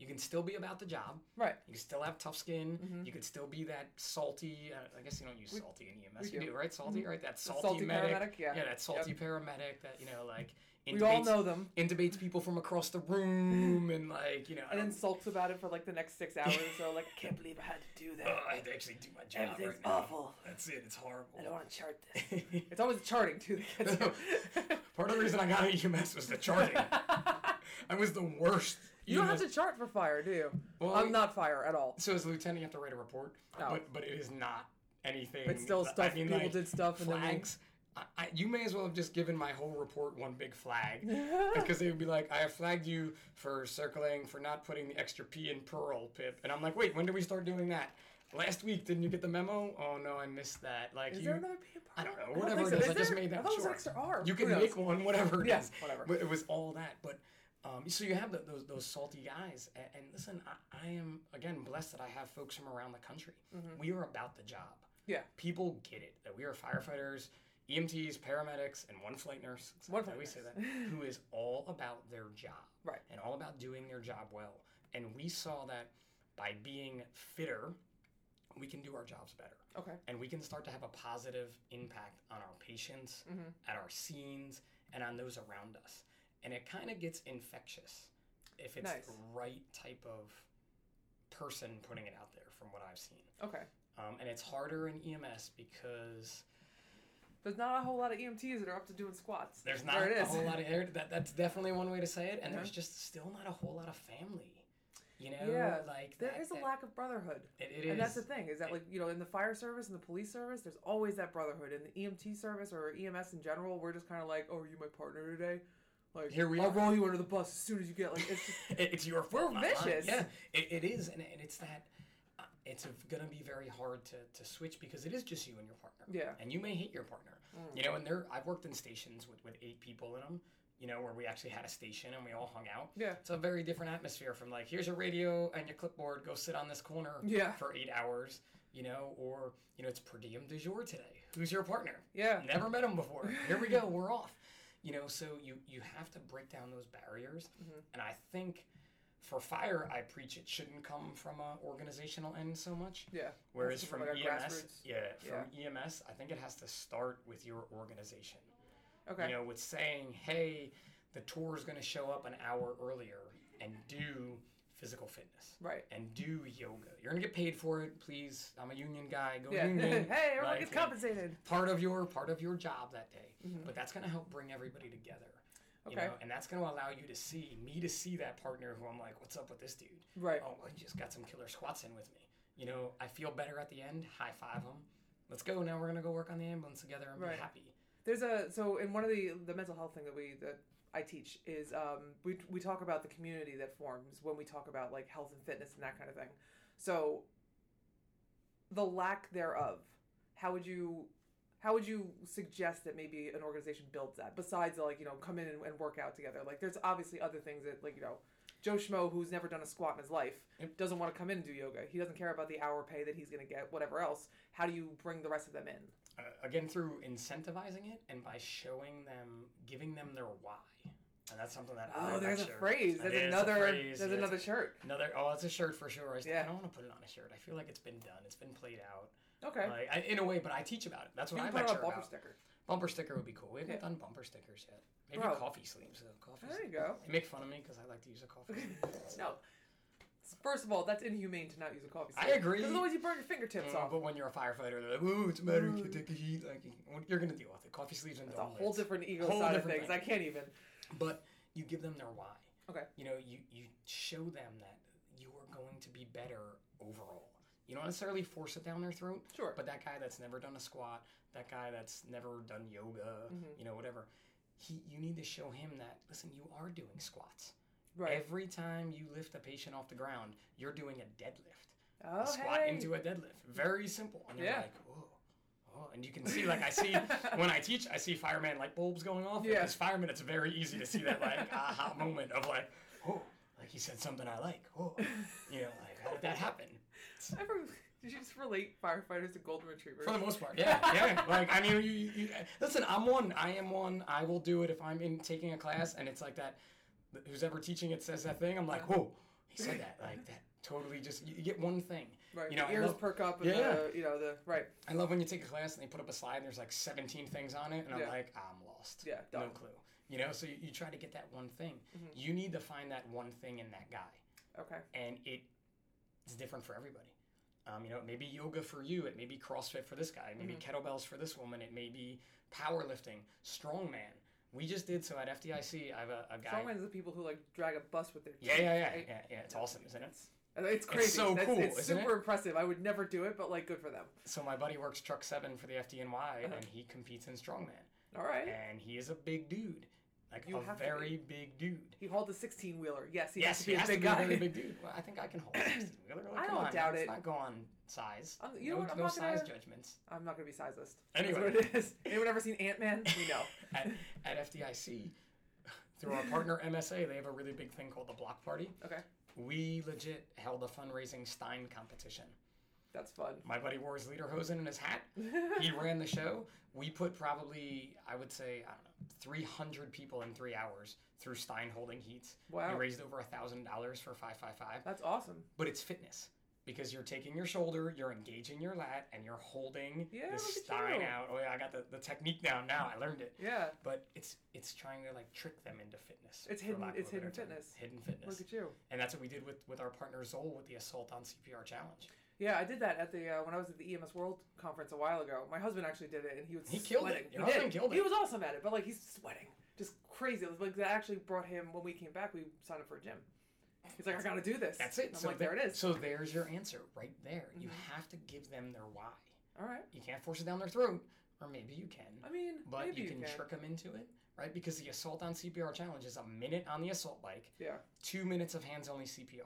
You can still be about the job.
right
You can still have tough skin. You can still be that salty. Uh, I guess you don't use salty in EMS.
Mm-hmm. we
You do,
do. Mm-hmm.
right? Salty, right? That salty,
salty
medic.
paramedic, yeah.
that salty paramedic that you know, like
we all know them
(laughs) intubates people from across the room and like you know. I
and then
don't-
sulks about it for like the next six hours so like i can't believe i had to do that
(laughs) oh, (laughs) I had to actually do my job.
everything's
right now.
awful
That's it. It's horrible.
i don't want to chart this (laughs) it's always charting too
(laughs)
(laughs)
Part of the reason I got into EMS was the charting.
(laughs)
I was the worst.
You don't have to chart for fire, do you?
Well,
I'm
we-
not fire at all.
So as a lieutenant, you have to write a report,
No.
but but it is not anything.
It's still stuff- people did stuff and then we- (laughs)
flags. I, I, you may as well have just given my whole report one big flag
(laughs)
because they would be like, "I have flagged you for circling for not putting the extra P in Pearl, Pip." And I'm like, "Wait, when did we start doing that? Last week? Didn't you get the memo? Oh no, I missed that." Like,
Is
you,
there another P in
I
Pearl?
don't know.
don't
Whatever
think so.
it is,
Is
I just
there?
made
I
that
thought it was
short.
extra R.
You
Who
can
knows?
make one, whatever. it
Yeah,
is.
whatever.
But it was all that. But um, so you have the, those those salty guys, and, and listen, I, I am again blessed that I have folks from around the country. We are about the job.
Mm-hmm. Yeah.
People get it that we are firefighters, EMTs, paramedics, and one flight nurse.
One
That's how
flight
we say that. Who is all about their job,
Right.
And all about doing their job well. And we saw that by being fitter, we can do our jobs better
Okay.
and we can start to have a positive impact on our patients,
Mm-hmm.
at our scenes, and on those around us. And it kind of gets infectious if it's
Nice.
the right type of person putting it out there, from what I've seen.
Okay.
Um, and it's harder in EMS because
There's not a whole lot of EMTs that are up to doing squats.
there's not
there it
a
is. Uh-huh.
whole lot of that. That's definitely one way to say it. And there's just still not a whole lot of family. You know,
Yeah.
like
There
that-
is a
that-
lack of brotherhood.
It, it
And that's the
is.
thing is that like you know in the fire service and the police service there's always that brotherhood in the EMT service or EMS in general we're just kind of like oh are you my partner today like
Here we
I'll
are.
roll you under the bus as soon as you get like it's
(laughs)
just
It- it's your fault. not mine.
vicious.
Yeah, it, it is, and, and it's that. uh, It's going to be very hard to, to switch because it is just you and your partner.
Yeah. Mm.
And you may hate your partner. You know, and there I've worked in stations with, with eight people in them, you know, where we actually had a station and we all hung out.
Yeah.
It's a very different atmosphere from like, here's a radio and your clipboard, go sit on this corner
Yeah.
for eight hours, you know, or, you know, it's per diem du jour today. Who's your partner?
Yeah.
(laughs) Never met him before. Here we go. We're off. You know, so you you have to break down those barriers,
Mm-hmm.
and I think for fire, I preach it shouldn't come from a organizational end so much.
Yeah.
Whereas
Just
from
like a
EMS,
grassroots-
yeah, from EMS, I think it has to start with your organization.
Okay.
You know, with saying, hey, the tour is going to show up an hour earlier and do physical fitness
Right.
and do yoga. You're going to get paid for it. Please, I'm a union guy. Go
Yeah.
union.
(laughs) hey, everyone
Like,
gets
you know,
compensated.
part of your part of your job that day. But that's going to help bring everybody together. You
Mm-hmm. Okay.
know, and that's going to allow you to see me to see that partner who I'm like, what's up with this dude?
Right.
Oh, well, he just got some killer squats in with me. You know, I feel better at the end. High five him. Let's go. Now we're going to go work on the ambulance together and
Right.
be happy.
There's a so in one of the the mental health thing that we that I teach is um we we talk about the community that forms when we talk about like health and fitness and that kind of thing. So the lack thereof, how would you how would you suggest that maybe an organization builds that besides like you know come in and, and work out together? Like there's obviously other things that like you know Joe Schmo who's never done a squat in his life
Yep.
doesn't want to come in and do yoga. He doesn't care about the hour pay that he's going to get, whatever else. How do you bring the rest of them in?
Uh, again, through incentivizing it and by showing them, giving them their why. And that's something that I'm
Oh,
not
there's a
sure.
phrase.
It
There's
is a
another.
phrase,
there's
yes.
another shirt.
Another, oh, it's a shirt for sure. I,
Yeah.
I don't want to put it on a shirt. I feel like it's been done. It's been played out.
Okay.
Like, I, in a way, but I teach about it. That's
you
what
can put
I
on
lecture
a bumper
about.
sticker.
Bumper sticker would be cool. We haven't
Yeah.
done bumper stickers yet. Maybe
Bro.
coffee sleeves. though. Coffee
There you
sleeves.
go.
They make fun of me because I like to use a coffee sleeve.
(laughs) No. First of all, that's inhumane to not use a coffee.
I
stick.
agree.
Because otherwise you burn your fingertips
Uh,
off.
but when you're a firefighter, they're like, "Ooh, it's a matter. You can't take the heat. Like you- you're gonna deal with it. Coffee sleeves and
It's a whole
donuts.
different ego
Whole
side of
different
things.
thing.
I can't even.
But you give them their why.
Okay.
You know, you you show them that you are going to be better overall. You don't necessarily force it down their throat.
Sure.
But that guy that's never done a squat, that guy that's never done yoga,
Mm-hmm.
you know, whatever. He, you need to show him that. Listen, you are doing squats.
Right.
Every time you lift a patient off the ground, you're doing a deadlift.
Oh,
a squat
hey. (laughs)
into a deadlift. Very simple. And they're
Yeah.
like, whoa. Oh, and you can see, like,
(laughs)
I see when I teach, I see fireman light bulbs going off.
Yeah.
Yeah. As firemen, it's very easy to see
(laughs)
that, like, aha moment of, like, oh, like he said something I like. Oh, you know, like, how did that happen?
Ever- Did you just relate firefighters to golden retrievers?
For the most part, yeah, (laughs) yeah. Like, I mean, you, you, you, listen, I'm one. I am one. I will do it if I'm in taking a class and it's like that. Who's ever teaching it says that thing. I'm like, whoa, he said that. Like, that totally just, you you get one thing.
Right.
You know,
the
I
ears
love-
perk up. And
Yeah.
The, you know the right.
I love when you take a class and they put up a slide and there's like 17 things on it, and
Yeah.
I'm like, I'm lost.
Yeah,
No
done.
clue. You know, so you, you try to get that one thing. You need to find that one thing in that guy,
Okay.
and it is different for everybody. Um, you know, it may be yoga for you, it may be CrossFit for this guy, it may
Mm-hmm.
be kettlebells for this woman, it may be powerlifting, strongman. We just did so at FDIC. I have a, a guy.
Strongmen are the people who like drag a bus with their.
Yeah, yeah, yeah,
I-
yeah, yeah. It's awesome, isn't it?
It's crazy.
so
That's-
cool,
It's
isn't it?
super impressive. I would never do it, but like good for them.
So my buddy works truck seven for the FDNY,
Uh-huh.
and he competes in strongman.
All right.
and he is a big dude, like
You
a
have to be.
very big dude.
He hauled a sixteen wheeler. Yes, he has
Yes,
to be
he
a
has
big
to be
guy.
a very big dude. Well, I think I
(clears throat)
can hold. it. Really,
I
come
don't
on,
doubt
let's
it.
Not go on size.
Um, you know
no,
what, I'm
no
not gonna-
size judgments.
(laughs) I'm not gonna be sizeless.
Anyway.
That's what it is. Anyone ever seen Ant
(laughs)
Man? We know.
At, at FDIC, through our partner MSA, they have a really big thing called the Block Party.
Okay,
We legit held a fundraising Stein competition.
that's fun. (laughs)
My buddy wore his lederhosen in his hat. He ran the show. We put probably, I would say, I don't know, 300 people in three hours through Stein holding heats.
Wow.
We raised over a $1,000 for 555.
That's awesome.
but it's fitness because you're taking your shoulder, you're engaging your lat, and you're holding
Yeah,
the
look at
stein
you.
out. Oh yeah, I got the, the technique down now. I learned it.
Yeah,
But it's it's trying to like trick them into fitness.
It's
for
hidden-
lack of
it's
a better
hidden
term.
fitness.
Hidden fitness.
look at you.
And that's what we did with with our partner Zoll with the assault on CPR challenge.
Yeah, I did that at the uh, when I was at the EMS World conference a while ago. My husband actually did it, and he was
He killed
sweating.
it. Your
He
husband
did.
killed
He
it.
was awesome at it, but like he's sweating, just crazy. It was like that actually brought him when we came back. We signed up for a gym. He's like, I gotta do this.
That's it.
I'm like, there
the-
it is. Mm-hmm.
So there's your answer right there. You have to give them their why.
All right.
You can't force it down their throat, or maybe you can.
I mean,
but
Uh, maybe
you can, trick them into it, right? Because the assault on CPR challenge is a minute on the assault bike,
Yeah. Mm-hmm.
two minutes of hands only CPR.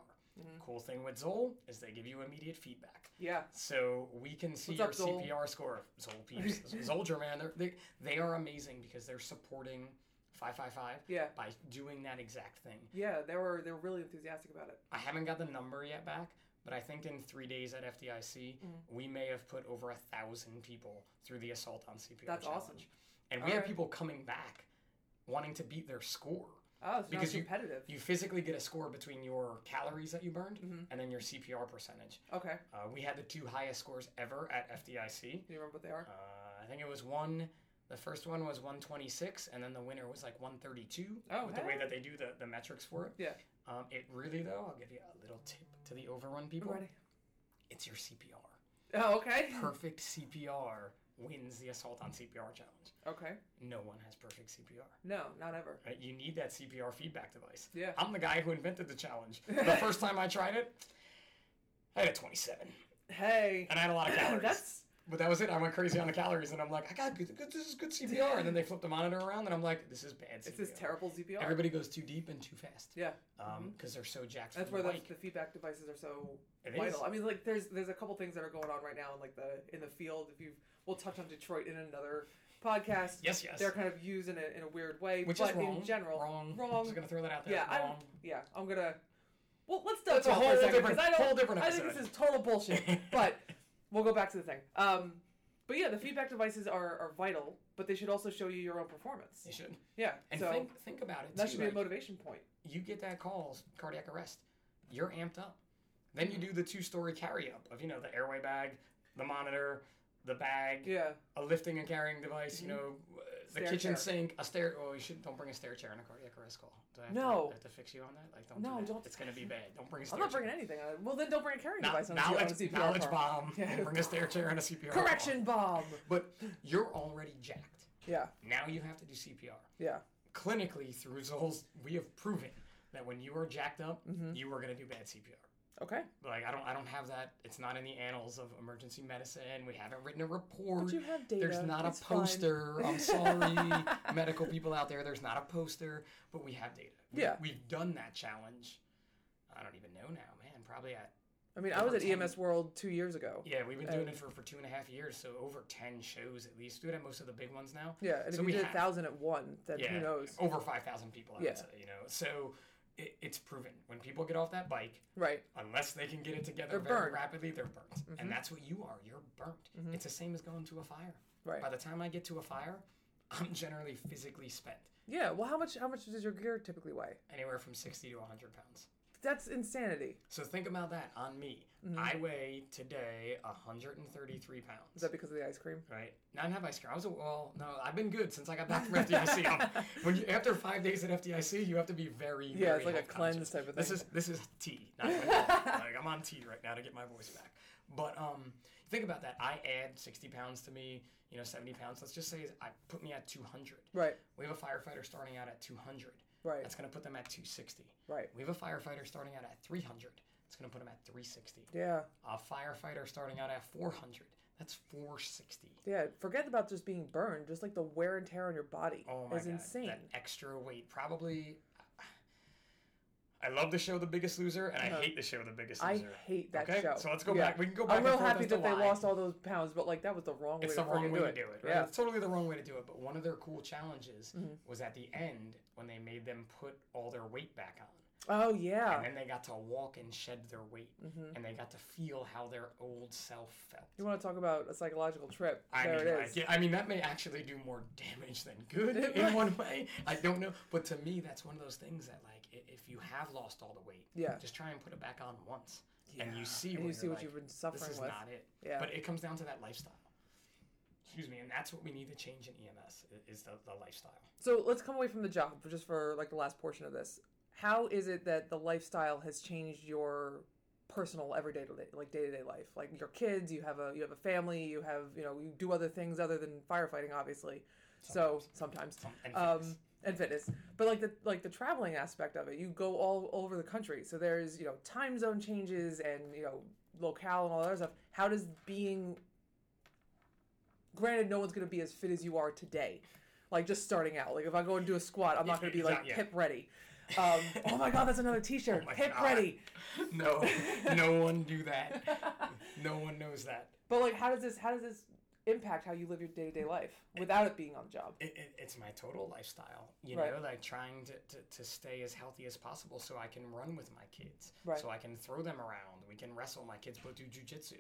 Cool thing with Zoll is they give you immediate feedback.
Yeah.
So we can see
What's
your
up, Zoll? (laughs)
CPR score. Zoll peeps, Zolger man, they're, they they are amazing because they're supporting 555
Yeah.
by doing that exact thing.
Yeah, they were they were really enthusiastic about it.
I haven't got the number yet back, but I think in three days at FDIC,
Mm.
we may have put over a thousand people through the assault on CPR
That's
challenge.
awesome.
And we
All
have
right.
people coming back wanting to beat their score.
Oh, it's
Because
not
you-
competitive.
You physically get a score between your calories that you burned
Mhm.
and then your CPR percentage.
okay.
Uh, we had the two highest scores ever at FDIC.
Do you remember what they are?
Uh, I think it was one. The first one was 126, and then the winner was like 132.
Oh,
with the way
hey.
that they do the, the metrics for it.
Yeah.
Um, it really though, I'll give you a little tip to the overrun people.
I'm ready.
It's your CPR.
Oh, okay.
Perfect CPR wins the assault on CPR challenge.
Okay.
No one has perfect CPR.
No, not ever.
Right? You need that CPR feedback device.
Yeah.
I'm the guy who invented the challenge. The first time I tried it, I had a 27,
Hey.
and I had a
(laughs)
lot of calories.
That's
But that was it. I went crazy on the calories, and I'm like, I got good. good this is good CPR. And then they flip the monitor around, and I'm like, this is bad. CPR.
it's this terrible ZPR.
Everybody goes too deep and too fast.
yeah. Mm-hmm.
Um, because they're so jacked.
That's
for
where
the
the,
mic.
the feedback devices are so
It
vital.
is.
I mean, like there's there's a couple things that are going on right now in like the in the field. If you we'll touch on Detroit in another podcast.
Yes, yes.
They're kind of used in a, in a weird way,
Which
but
is wrong.
in general,
wrong. I'm
wrong.
just gonna throw that out there.
yeah, I'm
wrong.
yeah, I'm gonna. Well, let's
That's
dovetail
a
for
whole
a second
different-
because I don't.
whole different
I think
episode.
this is total bullshit.
(laughs)
but we'll go back to the thing. Um, but yeah, the feedback devices are, are vital, but they should also show you your own performance.
You should.
Yeah,
And
so
think think about it.
that
too,
should be a
like,
motivation point.
you get that call, cardiac arrest. You're amped up. Then you do the two story carry up of you know the airway bag, the monitor, the bag,
Yeah,
a lifting and carrying device, you know, uh, the
Mm-hmm. Stair
kitchen
chair.
sink, a stair. Oh, you should don't bring a stair chair in a cardiac arrest call. Do I have
No.
to, I have to fix you on that. Like, don't.
No,
do that.
don't-
It's gonna be bad. Don't bring a stair.
I'm not
chair.
bringing anything. Uh, Well, then don't bring a carrying
No-
device on, a- on a
knowledge,
CPR
knowledge
car.
bomb.
Yeah.
Don't (laughs) bring a stair chair and a CPR. call.
Correction bomb.
But you're already jacked.
Yeah,
Now you have to do CPR.
yeah,
Clinically, through Zols, we have proven that when you are jacked up,
Mm-hmm.
you are gonna do bad CPR.
okay.
Like I don't, I don't have that. It's not in the annals of emergency medicine. We haven't written a report.
But you have
There's
data.
not
It's
a
fine.
poster.
(laughs)
I'm sorry, medical people out there. There's not a poster, but we have data. We-
Yeah.
We've done that challenge. I don't even know now, man. Probably at
I mean, I was at
Overtime.
EMS World two years ago.
yeah. We've been doing
Uh,
it for, for two and a half years, so over ten shows at least. We have most of the big ones now.
Yeah, and
So
if
we
you did
have-
a thousand at one, then who knows?
Over five thousand people. I
Yeah.
would say, you know. So it, it's proven when people get off that bike,
Right.
unless they can get it together
They're
very
burnt. Mm-hmm.
rapidly, they're burnt. And that's what you are. You're burnt. It's the same as going to a fire.
Right.
By the time I get to a fire, I'm generally physically spent.
Yeah. Well, how much? How much does your gear typically weigh?
Anywhere from 60 to 100 pounds.
That's insanity.
So think about that on me.
Mm-hmm.
I weigh today 133 pounds.
Is that because of the ice cream?
Right. Now I have ice cream. I was a, well, no, I've been good since I got back from
(laughs)
FDIC. I'm- (laughs) when you, after five days at FDIC, you have to be very,
Yeah, it's
very
like a
health
cleanse
conscious.
type of
This
thing.
is this is tea.
(laughs)
Not alcohol. like I'm on tea right now to get my voice back. But um, think about that. I add 60 pounds to me. You know, 70 pounds. Let's just say I put me at 200.
Right.
We have a firefighter starting out at 200.
Right.
That's going to put them at 260.
Right.
We have a firefighter starting out at 300. It's going to put them at 360.
Yeah.
A firefighter starting out at 400. That's 460.
Yeah. Forget about just being burned. Just like the wear and tear on your body
Oh my
is
God,
insane.
That extra weight, probably. I love the show The Biggest Loser, and I hate the show The Biggest
Uh-huh. I
Loser.
hate that
okay,
show.
so let's go
Yeah.
back. We can go back.
I'm
and
real
forth
happy
as to
that they
why.
lost all those pounds, but like that was the wrong
It's
way.
the
to fucking
wrong way
do
to
it.
do it. Right?
Yeah. Mm-hmm.
It's totally the wrong way to do it. But one of their cool challenges was at the end when they made them put all their weight back on,
Oh Mm-hmm. yeah.
and then they got to walk and shed their weight, and they got to feel how their old self felt.
You want to talk about a psychological trip?
I
there
mean,
it is.
I, get- I mean, that may actually do more (laughs) damage than good in one way. I don't know, but to me, that's one of those things that, like, i- if you have lost all the weight,
Yeah.
just try and put it back on once, and you
Yeah.
see,
And
where
you see
you're
what
like,
you've been
This
suffering
is
with."
not it.
Yeah.
But it comes down to that lifestyle. Excuse me, and that's what we need to change in EMS i- is the, the lifestyle.
So let's come away from the job just for like the last portion of this. How is it that the lifestyle has changed your personal everyday to day, like day to day life? Like your kids, you have a you have a family, you have you know you do other things other than firefighting, obviously. So sometimes
and fitness. (laughs)
um, and fitness, but like the like the traveling aspect of it, you go all over the country. So there's you know time zone changes and you know locale and all that other stuff. How does being granted no one's going to be as fit as you are today like just starting out like if i go and do a squat i'm not going to be like
exact- yeah. Oh
pip ready
(laughs)
um, oh my god that's another t-shirt
my
pip
God. (laughs)
ready (laughs)
No, no one do that. No one knows that.
but like how does this how does this impact how you live your day to day life without it being on the job.
it, it, it's my total lifestyle you
Right.
know like trying to, to, to stay as healthy as possible so i can run with my kids
Right.
so i can throw them around we can wrestle my kids both do jujitsu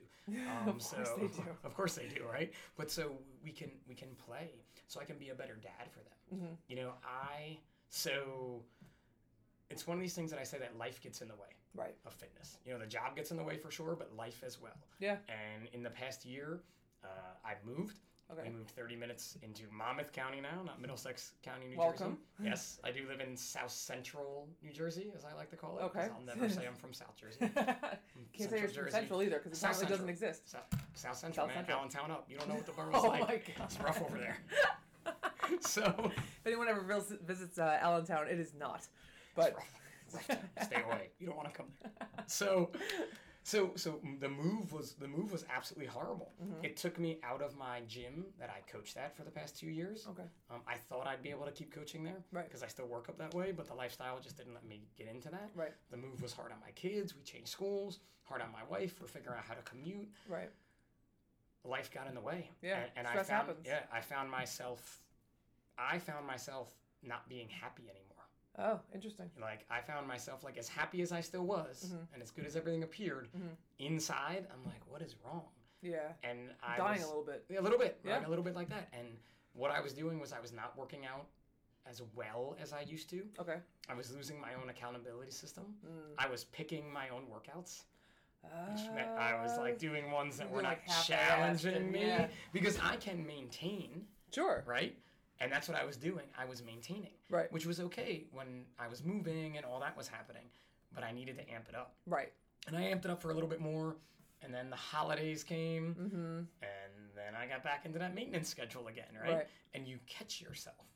(laughs)
um,
Of
so
course they do.
(laughs) of course they do right but so we can we can play so i can be a better dad for them
Mhm.
you know i so it's one of these things that i say that life gets in the way
Right.
of fitness you know the job gets in the way for sure but life as well
Yeah.
and in the past year uh, i've moved
Okay.
we moved 30 minutes into Monmouth County now, not Middlesex County, New
Welcome. (laughs)
Jersey. Yes, I do live in South Central New Jersey, as I like to call it. 'cause
Okay.
I'll never say I'm from South Jersey.
(laughs) Can't say it's from central either because it
South
actually doesn't
Central.
exist.
South, South Central,
South
man.
Central.
Allentown up. You don't know what
(laughs)
the borough's
Oh
like.
my god!
It's rough over there. (laughs) so,
If anyone ever vis- visits uh, Allentown, it is not. But (laughs)
rough town. stay away. You don't want to come there. So, so, so mm, the move was the move was absolutely horrible.
Mm-hmm.
It took me out of my gym that I coached at for the past two years.
okay,
Um, I thought I'd be able to keep coaching there
Right.
because I still work up that way, but the lifestyle just didn't let me get into that.
right,
The move was hard on my kids. We changed schools, hard on my wife. We're figuring out how to commute.
right,
Life got in the way.
Yeah,
and, and
stress
I found
happens.
yeah, I found myself, I found myself not being happy anymore.
oh, interesting.
Like I found myself like as happy as I still was,
Mm-hmm.
and as good as everything appeared,
Mhm.
inside I'm like, what is wrong?
Yeah,
And I
dying
was,
a little bit.
yeah, a little bit, right?
Yeah.
A little bit like that. And what I was doing was I was not working out as well as I used to.
Okay.
I was losing my own accountability system.
Mm.
I was picking my own workouts, which meant I was like doing ones that
Oh. you
were
were,
not
like, half-assed
challenging
and-
me
yeah.
because I can maintain,
Uh, sure,
right? And that's what I was doing. I was maintaining,
Right.
Which was okay when I was moving and all that was happening, but I needed to amp it up.
right,
And I amped it up for a little bit more, and then the holidays came,
Mm-hmm.
and then I got back into that maintenance schedule again, right?
Right.
And you catch yourself.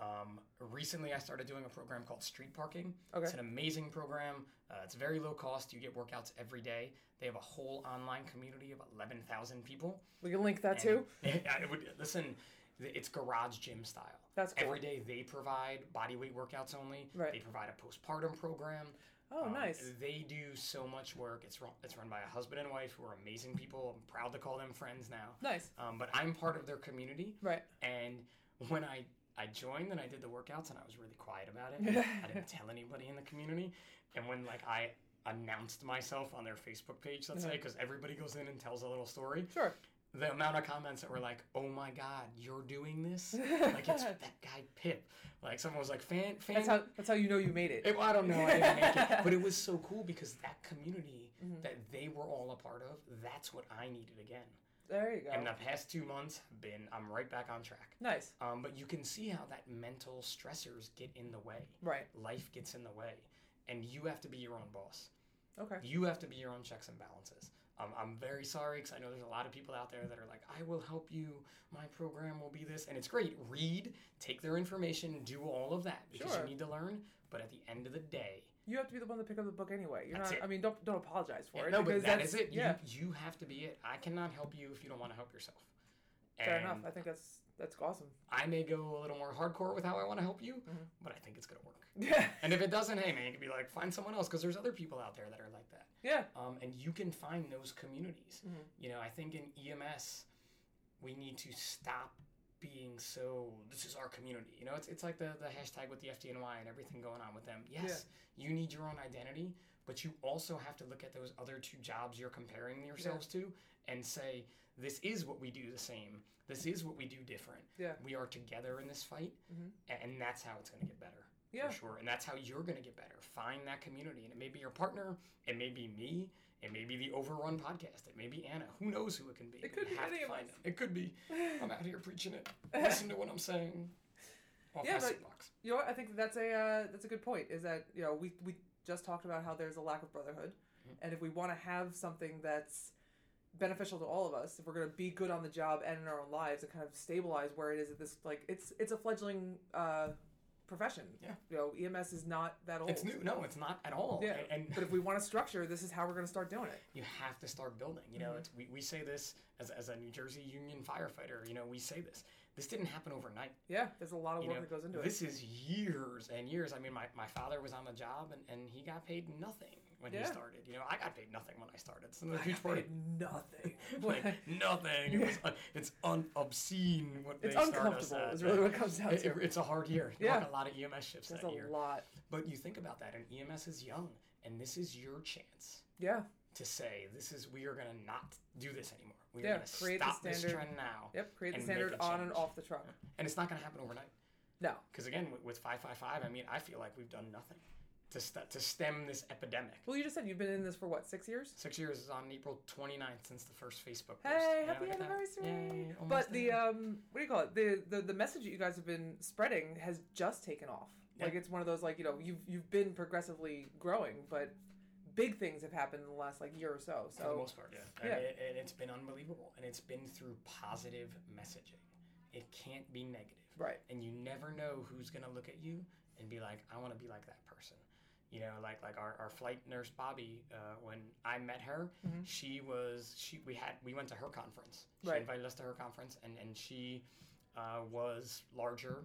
Um, recently, I started doing a program called Street Parking.
Okay.
It's an amazing program. Uh, it's very low cost. You get workouts every day. They have a whole online community of 11,000 people.
we can link that too.
And- I would, listen, th- it's garage gym style.
That's cool.
Every day they provide body weight workouts only.
Right.
They provide a postpartum program.
Oh,
Um,
nice.
They do so much work. It's run, it's run by a husband and wife who are amazing people. I'm proud to call them friends now.
Nice.
Um, but I'm part of their community.
Right.
And when I, I joined and I did the workouts and I was really quiet about it,
(laughs)
I didn't tell anybody in the community. And when like I announced myself on their Facebook page, let's say, because everybody goes in and tells a little story,
Sure.
the amount of comments that were like, "Oh my God, you're
(laughs)
doing this!" like it's that guy Pip. Like someone was like, "Fan, fan."
That's how that's how you know you made it.
(laughs) It- well, I don't know. I didn't
(laughs)
make it. But it was so cool because that community
Mm-hmm.
that they were all a part of, that's what I needed again.
There you go.
And the past two months have been, I'm right back on track.
nice.
Um, but you can see how that mental stressors get in the way.
Right.
Life gets in the way. And you have to be your own boss.
Okay.
You have to be your own checks and balances. Um, I'm very sorry because I know there's a lot of people out there that are like, I will help you. My program will be this. And it's great. Read, take their information, do all of that because
Sure.
you need to learn. But at the end of the day,
You have to be the one to pick up the book anyway. You're
That's
not.
it.
I mean, don't don't apologize for it.
no, but
because
that
that's-
is it. You,
Yeah.
you have to be it. I cannot help you if you don't want to help yourself.
Fair
And
enough. I think that's that's awesome.
(laughs) I may go a little more hardcore with how I want to help you, but I think it's gonna work.
Yeah.
And if it doesn't, hey man, you can be like, find someone else because there's other people out there that are like that.
Yeah.
Um, and you can find those communities.
Mhm.
You know, I think in EMS, we need to stop being so. This is our community. You know, it's it's like the the hashtag with the FDNY and everything going on with them. Yes, you need your own identity, but you also have to look at those other two jobs you're comparing yourselves to and say, this is what we do the same. This is what we do different.
Yeah.
We are together in this fight,
Mhm.
a- and that's how it's going to get better
Yeah.
for sure. And that's how you're going to get better. Find that community. And it may be your partner. It may be me. It may be the Overrun podcast. It may be Anna. Who knows who it can be?
It could
We
be
have to
any of
find
us.
It. It could
(laughs)
be. I'm out here preaching it. Listen to what I'm saying. Off
Yeah,
my
but-
soapbox.
You know, what? I think that's a uh, that's a good point. Is that you know we we just talked about how there's a lack of brotherhood,
Mm-hmm.
and if we want to have something that's beneficial to all of us, if we're going to be good on the job and in our own lives and kind of stabilize where it is at this like it's it's a fledgling uh, profession.
Yeah.
You know, EMS is not that old.
It's new. (laughs) No, it's not at all.
Yeah.
And, and
But if we want to structure, this is how we're going to start doing it.
you have to start building. You know, it's, we, we say this as, as a New Jersey union firefighter, you know, we say this. This didn't happen overnight.
Yeah, there's a lot of
You
work
know,
that goes into it.
this is years and years. I mean, my, my father was on the job and, and he got paid nothing when he
Yeah.
started. You know, I got paid nothing when I started. It's another
I
huge part of
paid nothing.
(laughs) like
(laughs)
nothing. It was, un- it's un, obscene what
it's
they start us
uncomfortable.
at.
Is really what it comes down
It-
to.
it- it's a hard year. There
Yeah.
aren't a lot of EMS shifts
That's
that
a
year.
lot.
But you think about that, and EMS is young, and this is your chance
Yeah.
to say, "This is we are going to not do this anymore. We
Yeah,
are going to
create the
stop this
standard.
trend now."
Yep. Create the
And make
standard
a
on and
change.
off the truck.
And it's not going to happen overnight.
No.
Because again, with, with five five five, I mean, I feel like we've done nothing to st- to stem this epidemic.
Well, you just said you've been in this for what six years.
Six years is on April 29th since the first Facebook post.
Hey,
You know,
happy
look at that.
anniversary!
Yay, almost
but the
there.
um, what do you call it? The, the the message that you guys have been spreading has just taken off.
Yeah.
Like it's one of those like you know you've you've been progressively growing, but big things have happened in the last like year or so.
For the
So
most part, yeah.
yeah.
And, it, and it's been unbelievable. And it's been through positive messaging. It can't be negative.
right,
And you never know who's going to look at you and be like, I want to be like that person. You know, like like our, our flight nurse Bobby, uh, when I met her,
Mhm.
she was she we had we went to her conference. She
Right.
invited us to her conference, and and she uh, was larger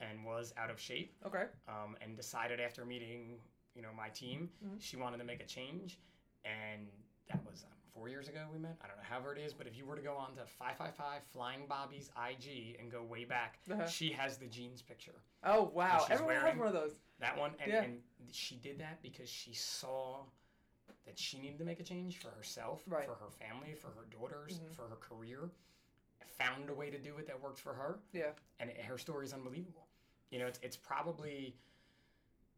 and was out of shape,
okay,
um, and decided after meeting you know my team
Mhm.
she wanted to make a change and that was um, four years ago we met i don't know however it is but if you were to go on to 555 flying bobby's ig and go way back
Uh-huh.
she has the jeans picture
oh wow,
she's
everyone has
wearing-
one of those.
that one and,
Yeah.
and she did that because she saw that she needed to make a change for herself
Right.
for her family for her daughters
Mhm.
for her career found a way to do it that worked for her
Yeah.
and it, her story is unbelievable. You know, it's, it's probably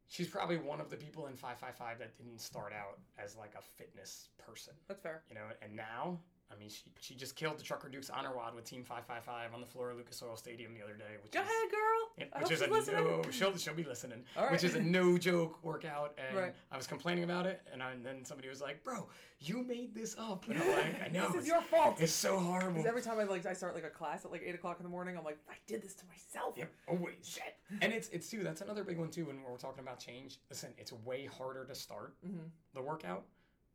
she's probably one of the people in 555 that didn't start out as like a fitness person.
That's fair.
You know, and now I mean she, she just killed the Trucker Dukes honor wad with Team 555 on the floor of Lucas Oil Stadium the other day, which
Go
is
ahead, girl.
yeah,
I
which
hope
is a
she's listening.
no, she'll, she'll be listening.
(laughs) All right.
Which is a no
(laughs)
joke workout, and
Right.
I was complaining about it, and, I, and then somebody was like, "Bro, you made this up." And I'm
(laughs)
like, "I know,
this
it's,
is your fault.
it's so horrible."
Because every time I like I start like a class at like eight o'clock in the morning, I'm like I did this to myself.
Yep, always.
(laughs)
Oh, Shit. And it's it's too. That's another big one too. When we're talking about change, listen, it's way harder to start
Mhm.
the workout,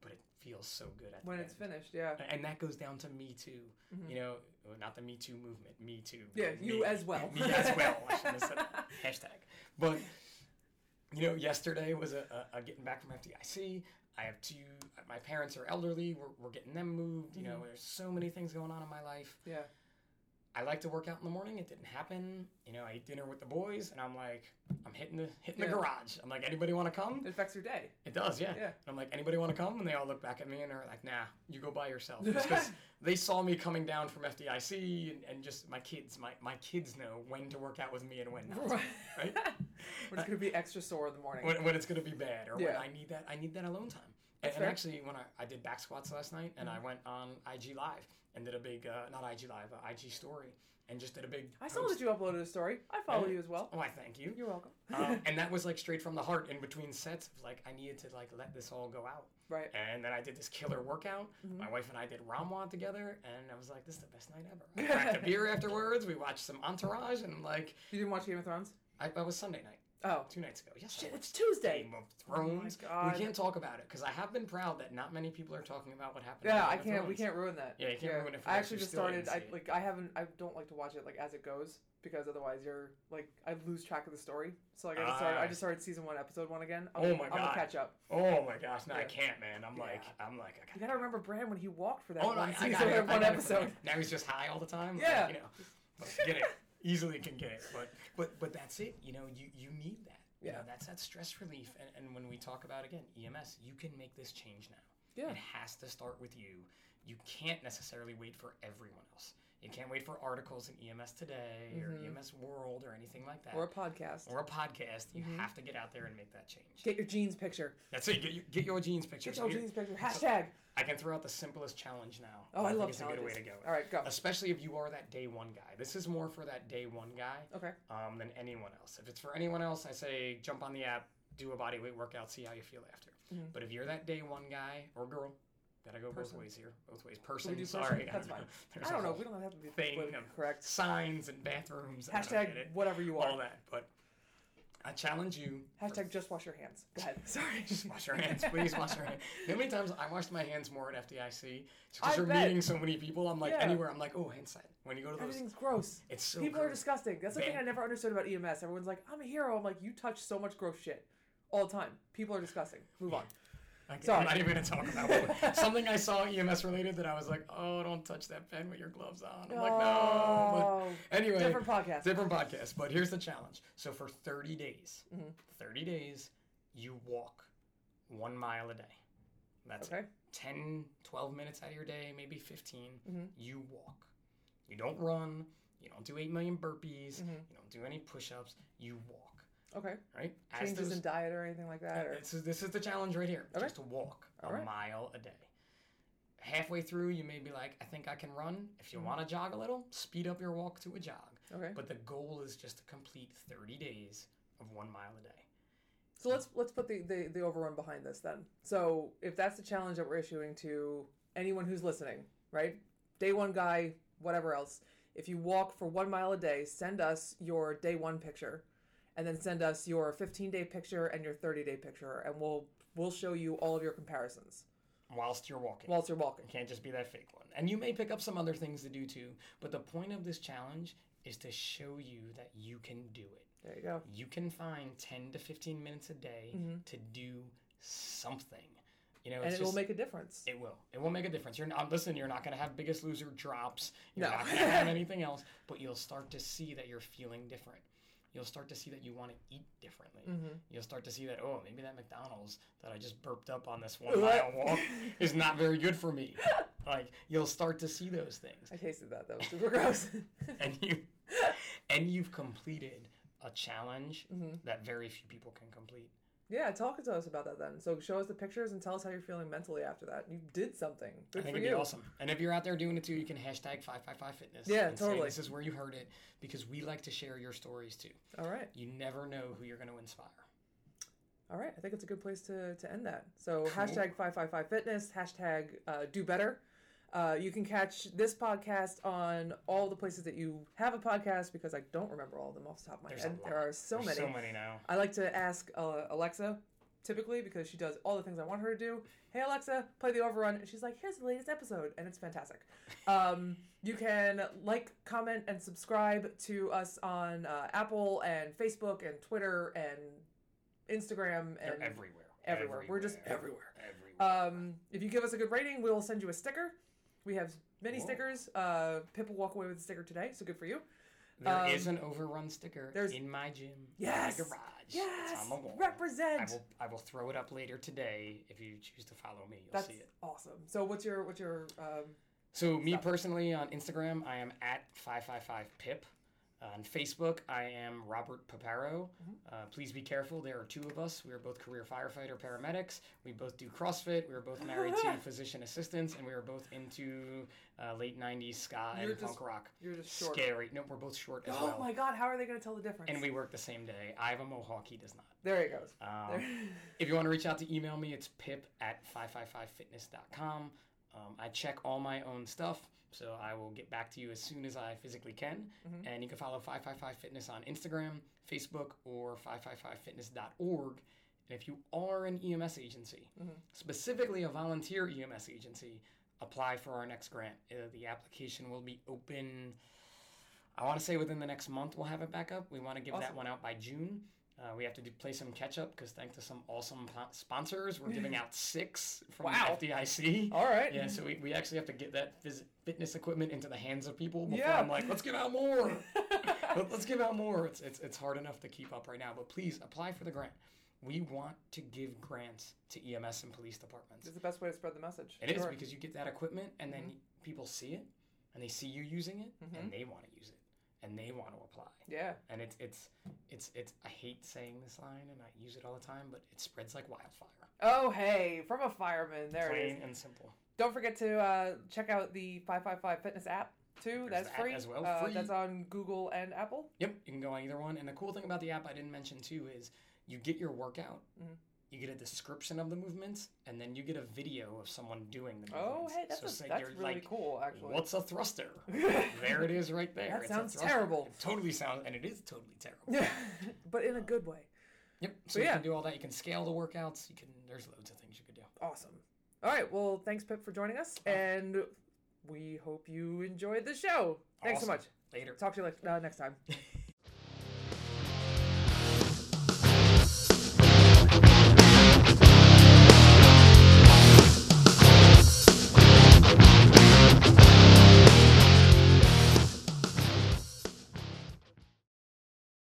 but it feels so good at
When
the
it's
end.
finished, yeah,
And that goes down to Me Too. You know, well, not the Me Too movement. Me Too.
Yeah,
but
you
me-
as well.
Me as well. I
(laughs)
shouldn't have said that. Hashtag. But you know, yesterday was a, a, a getting back from FDIC. I have two. My parents are elderly. We're, we're getting them moved. You know, there's so many things going on in my life.
yeah.
I like to work out in the morning. It didn't happen. You know, I ate dinner with the boys, and I'm like, I'm hitting the hitting
Yeah.
the garage. I'm like, anybody want to come?
It affects your day.
It does, yeah.
Yeah.
And I'm like, anybody want to come? And they all look back at me and are like, Nah, you go by yourself. Because they saw me coming down from FDIC, and, and just my kids, my my kids know when to work out with me and when not.
Right.
Right?
(laughs) When it's gonna be extra sore in the morning.
when, when it's going to be bad or when
Yeah.
I need that I need that alone time. And, and
fair. Mm-hmm.
actually, when I, I did back squats last night and I went on IG Live and did a big uh, not IG Live uh, IG story and just did a big.
I saw
post.
that you uploaded a story. I follow
Yeah.
you as well.
Oh, I thank you.
You're welcome.
Um, and that was like straight from the heart in between sets. Of, like I needed to like let this all go out.
(laughs) Right.
And then I did this killer workout.
Mm-hmm.
My wife and I did Ramwa together, and I was like, "This is the best night ever." I cracked
(laughs)
a beer afterwards. We watched some Entourage, and like
You didn't watch Game of Thrones?
I, that was Sunday night,
Oh.
two nights ago. Yes, I
Shit,
watched
it's Tuesday. Oh
Game of Thrones.
God.
We can't talk about it because I have been proud that not many people are talking about what happened.
Yeah,
on
I
Game of
can't. We
Thrones.
can't ruin that.
Yeah, you can't ruin it for
I
us.
actually
You
just
still
started.
didn't
I
see it.
like. I haven't. I don't like to watch it like as it goes because otherwise you're like I lose track of the story. So like I just started. I
Ah.
just started season one, episode one again. I'm,
Oh
gonna-
my
I'm gonna
God.
catch up.
Oh my gosh, no, I
Yeah.
can't, man. I'm like, I'm like, I
You gotta remember Bran when he walked for that
Oh,
one
no, I, I
season,
got it. I
one
got it.
episode.
Now he's just high all the time. like,
Yeah.
you know, but get it. Easily can get it, but but but that's it. You know, you you need that. You
Yeah.
know, that's that stress relief. And, and when we talk about again EMS, you can make this change now.
Yeah.
It has to start with you. You can't necessarily wait for everyone else. You can't wait for articles in EMS Today
Mm-hmm.
or EMS World or anything like that.
Or a podcast.
Or a podcast. You have to get out there and make that change.
Mm-hmm. Get your jeans picture.
That's it. Get your, get your jeans pictures.
Get your
Here-
jeans picture. Hashtag.
I can throw out the simplest challenge now.
Oh, I,
think
love
it's a
challenges.
good way to go.
All right, go.
Especially if you are that day one guy. This is more for that day one guy
Okay.
um, than anyone else. If it's for anyone else, I say jump on the app, do a body weight workout, see how you feel after. But if you're that day one guy or girl, gotta go
Mm-hmm. Person.
both ways here. Both ways. Person.
do person?
Sorry,
That's fine.
(laughs) There's
I don't
a
know.
whole
We don't have to be
thing
politically
of
correct.
signs and bathrooms. I don't
Hashtag
get it.
whatever you
all
are.
that. But I challenge you.
Hashtag just wash your hands. Go ahead. (laughs) Sorry.
Just wash your hands, please wash your hands. You know how many times I washed my hands more at FDIC?
I
Because you're
bet.
meeting so many people. I'm like
Yeah.
anywhere. I'm like, oh, hand sign. When you go to
(laughs)
those,
Everything's gross.
it's so.
People are
gross.
disgusting. That's the thing
Ban-
I never understood about EMS. Everyone's like, I'm a hero. I'm like, you touch so much gross shit all the time. People are disgusting. Move on.
Like,
Sorry.
I'm not even gonna talk
(laughs)
about it. something I saw EMS related that I was like, oh, don't touch that pen with your gloves on. (laughs) I'm like, no.
Oh.
But anyway,
Different podcast.
different podcast. But here's the challenge. So for 30 days,
Mm-hmm.
30 days, you walk one mile a day. That's
Okay.
it. 10, 12 minutes out of your day, maybe 15.
Mm-hmm.
You walk. You don't run. You don't do 8 million burpees.
Mm-hmm.
You don't do any push ups. You walk,
Okay.
right? As
Changes
those-
in diet or anything like that? Or...
this is this is the challenge right here. Just to walk a
Alright.
mile a day. Halfway through, you may be like, I think I can run. If you want to jog a little, speed up your walk to a jog.
Mm-hmm. Okay.
But the goal is just to complete 30 days of one mile a day.
So let's let's put the, the the overrun behind this then. So if that's the challenge that we're issuing to anyone who's listening, right? Day one guy, whatever else. If you walk for one mile a day, send us your day one picture, and then send us your 15 day picture and your 30 day picture, and we'll we'll show you all of your comparisons
Whilst you're walking.
whilst you're walking.
It can't just be that fake one. And you may pick up some other things to do too, but the point of this challenge is to show you that you can do it.
There you go.
you can find 10 to 15 minutes a day to do something. You know,
Mm-hmm. And
it's
it will
just-
make a difference.
It will. It will make a difference. You're not, listen, you're not going to have Biggest Loser drops. You're
No.
not going
(laughs)
to have anything else, but you'll start to see that you're feeling different. You'll start to see that you want to eat differently.
Mm. Mm-hmm.
You'll start to see that, oh, maybe that McDonald's that I just burped up
(laughs)
on this one mile walk is not very good for me. Like, you'll start to see those things.
I tasted that. That was super gross. (laughs)
And, you, and you've completed a challenge
Mm-hmm.
that very few people can complete.
yeah, talk to us about that then. So show us the pictures and tell us how you're feeling mentally after that. You did something. Good
I think
for
it'd
you.
be awesome. And if you're out there doing it too, you can hashtag 555fitness.
Yeah,
and say
totally.
this is where you heard it because we like to share your stories too.
All right.
You never know who you're going to inspire.
All right, I think it's a good place to, to end that. So hashtag five five five fitness hashtag uh, do better. Uh, you can catch this podcast on all the places that you have a podcast because I don't remember all of them off the top of my
There's a
head.
lot.
There are so
There's
many.
so many now.
I like to ask uh, Alexa typically because she does all the things I want her to do. Hey Alexa, play the Overrun, and she's like, "Here's the latest episode," and it's fantastic. Um, you can like, comment, and subscribe to us on uh, Apple and Facebook and Twitter and Instagram
They're
and
everywhere.
everywhere. We're just
Everywhere.
um, if you give us a good rating, we will send you a sticker. We have many
Whoa.
stickers. Uh, Pip will walk away with a sticker today, so good for you.
There
um,
is an overrun sticker
there's-
in my gym.
Yes!
In my garage. It's
Yes,
on the wall. I
represent.
will, I will throw it up later today if you choose to follow me. You'll
That's
see it.
awesome. So what's your what's your um,
So me personally on Instagram, I am at five five five pip. On Facebook, I am Robert Paparo.
Mm-hmm.
Uh, please be careful. There are two of us. We are both career firefighter paramedics. We both do CrossFit. We are both married
(laughs)
to physician assistants, and we are both into uh, late '90s ska and
You're just
punk rock.
you're just short.
Scary. No, we're both short as
Oh
well,
my god, how are they going to tell the difference?
and we work the same day. I have a mohawk. He does not.
there he goes.
Um, (laughs) if you want to reach out to email me, it's pip at 555fitness.com. Um, I check all my own stuff, so I will get back to you as soon as I physically can. And you can follow 555fitness on Instagram, Facebook, or 555fitness.org. And if you are an EMS agency, specifically a volunteer EMS agency, apply for our next grant. Uh, the application will be open. I want to say within the next month we'll have it back up. We want to give that
Awesome.
one out by June. Uh, we have to do, play some catch up because thanks to some awesome po- sponsors, we're
(laughs)
giving out six from
Wow.
FDIC.
All right. (laughs)
Yeah, so we, we actually have to get that phys- fitness equipment into the hands of people before
Yeah.
I'm like, let's give out more.
(laughs)
Let, us give out more. It's, it's, it's hard enough to keep up right now, but please apply for the grant. We want to give grants to EMS and police departments.
It's the best way to spread the message.
It is
Sure. Mm-hmm.
because you get that equipment and then people see it and they see you using it and they want to use it and they want to apply.
yeah.
And it's it's it's it's I hate saying this line and I use it all the time, but it spreads like wildfire.
Oh hey, from a fireman. There it is.
Plain and simple.
Don't forget to uh, check out the 555 Fitness app too.
There's
That's
the app
free.
as well,
Uh,
free.
That's on Google and Apple.
Yep, you can go on either one. And the cool thing about the app I didn't mention too is you get your workout,
Mm-hmm.
you get a description of the movements, and then you get a video of someone doing the
Oh
movements.
hey, that's
so
a,
say
that's
you're
really
like,
cool actually. (laughs)
What's a thruster? there it is, right there.
That
It's a
sounds
thruster.
terrible. (laughs)
It totally sounds, and it is totally terrible.
Yeah, (laughs) but in a good way.
Yep. So,
So,
you
yeah.
can do all that. You can scale the workouts. You can. There's loads of things you could do.
Awesome. All right. Well, thanks, Pip, for joining us,
Oh.
and we hope you enjoyed the show. Thanks
Awesome.
so much.
Later.
Talk to you like, uh, next time.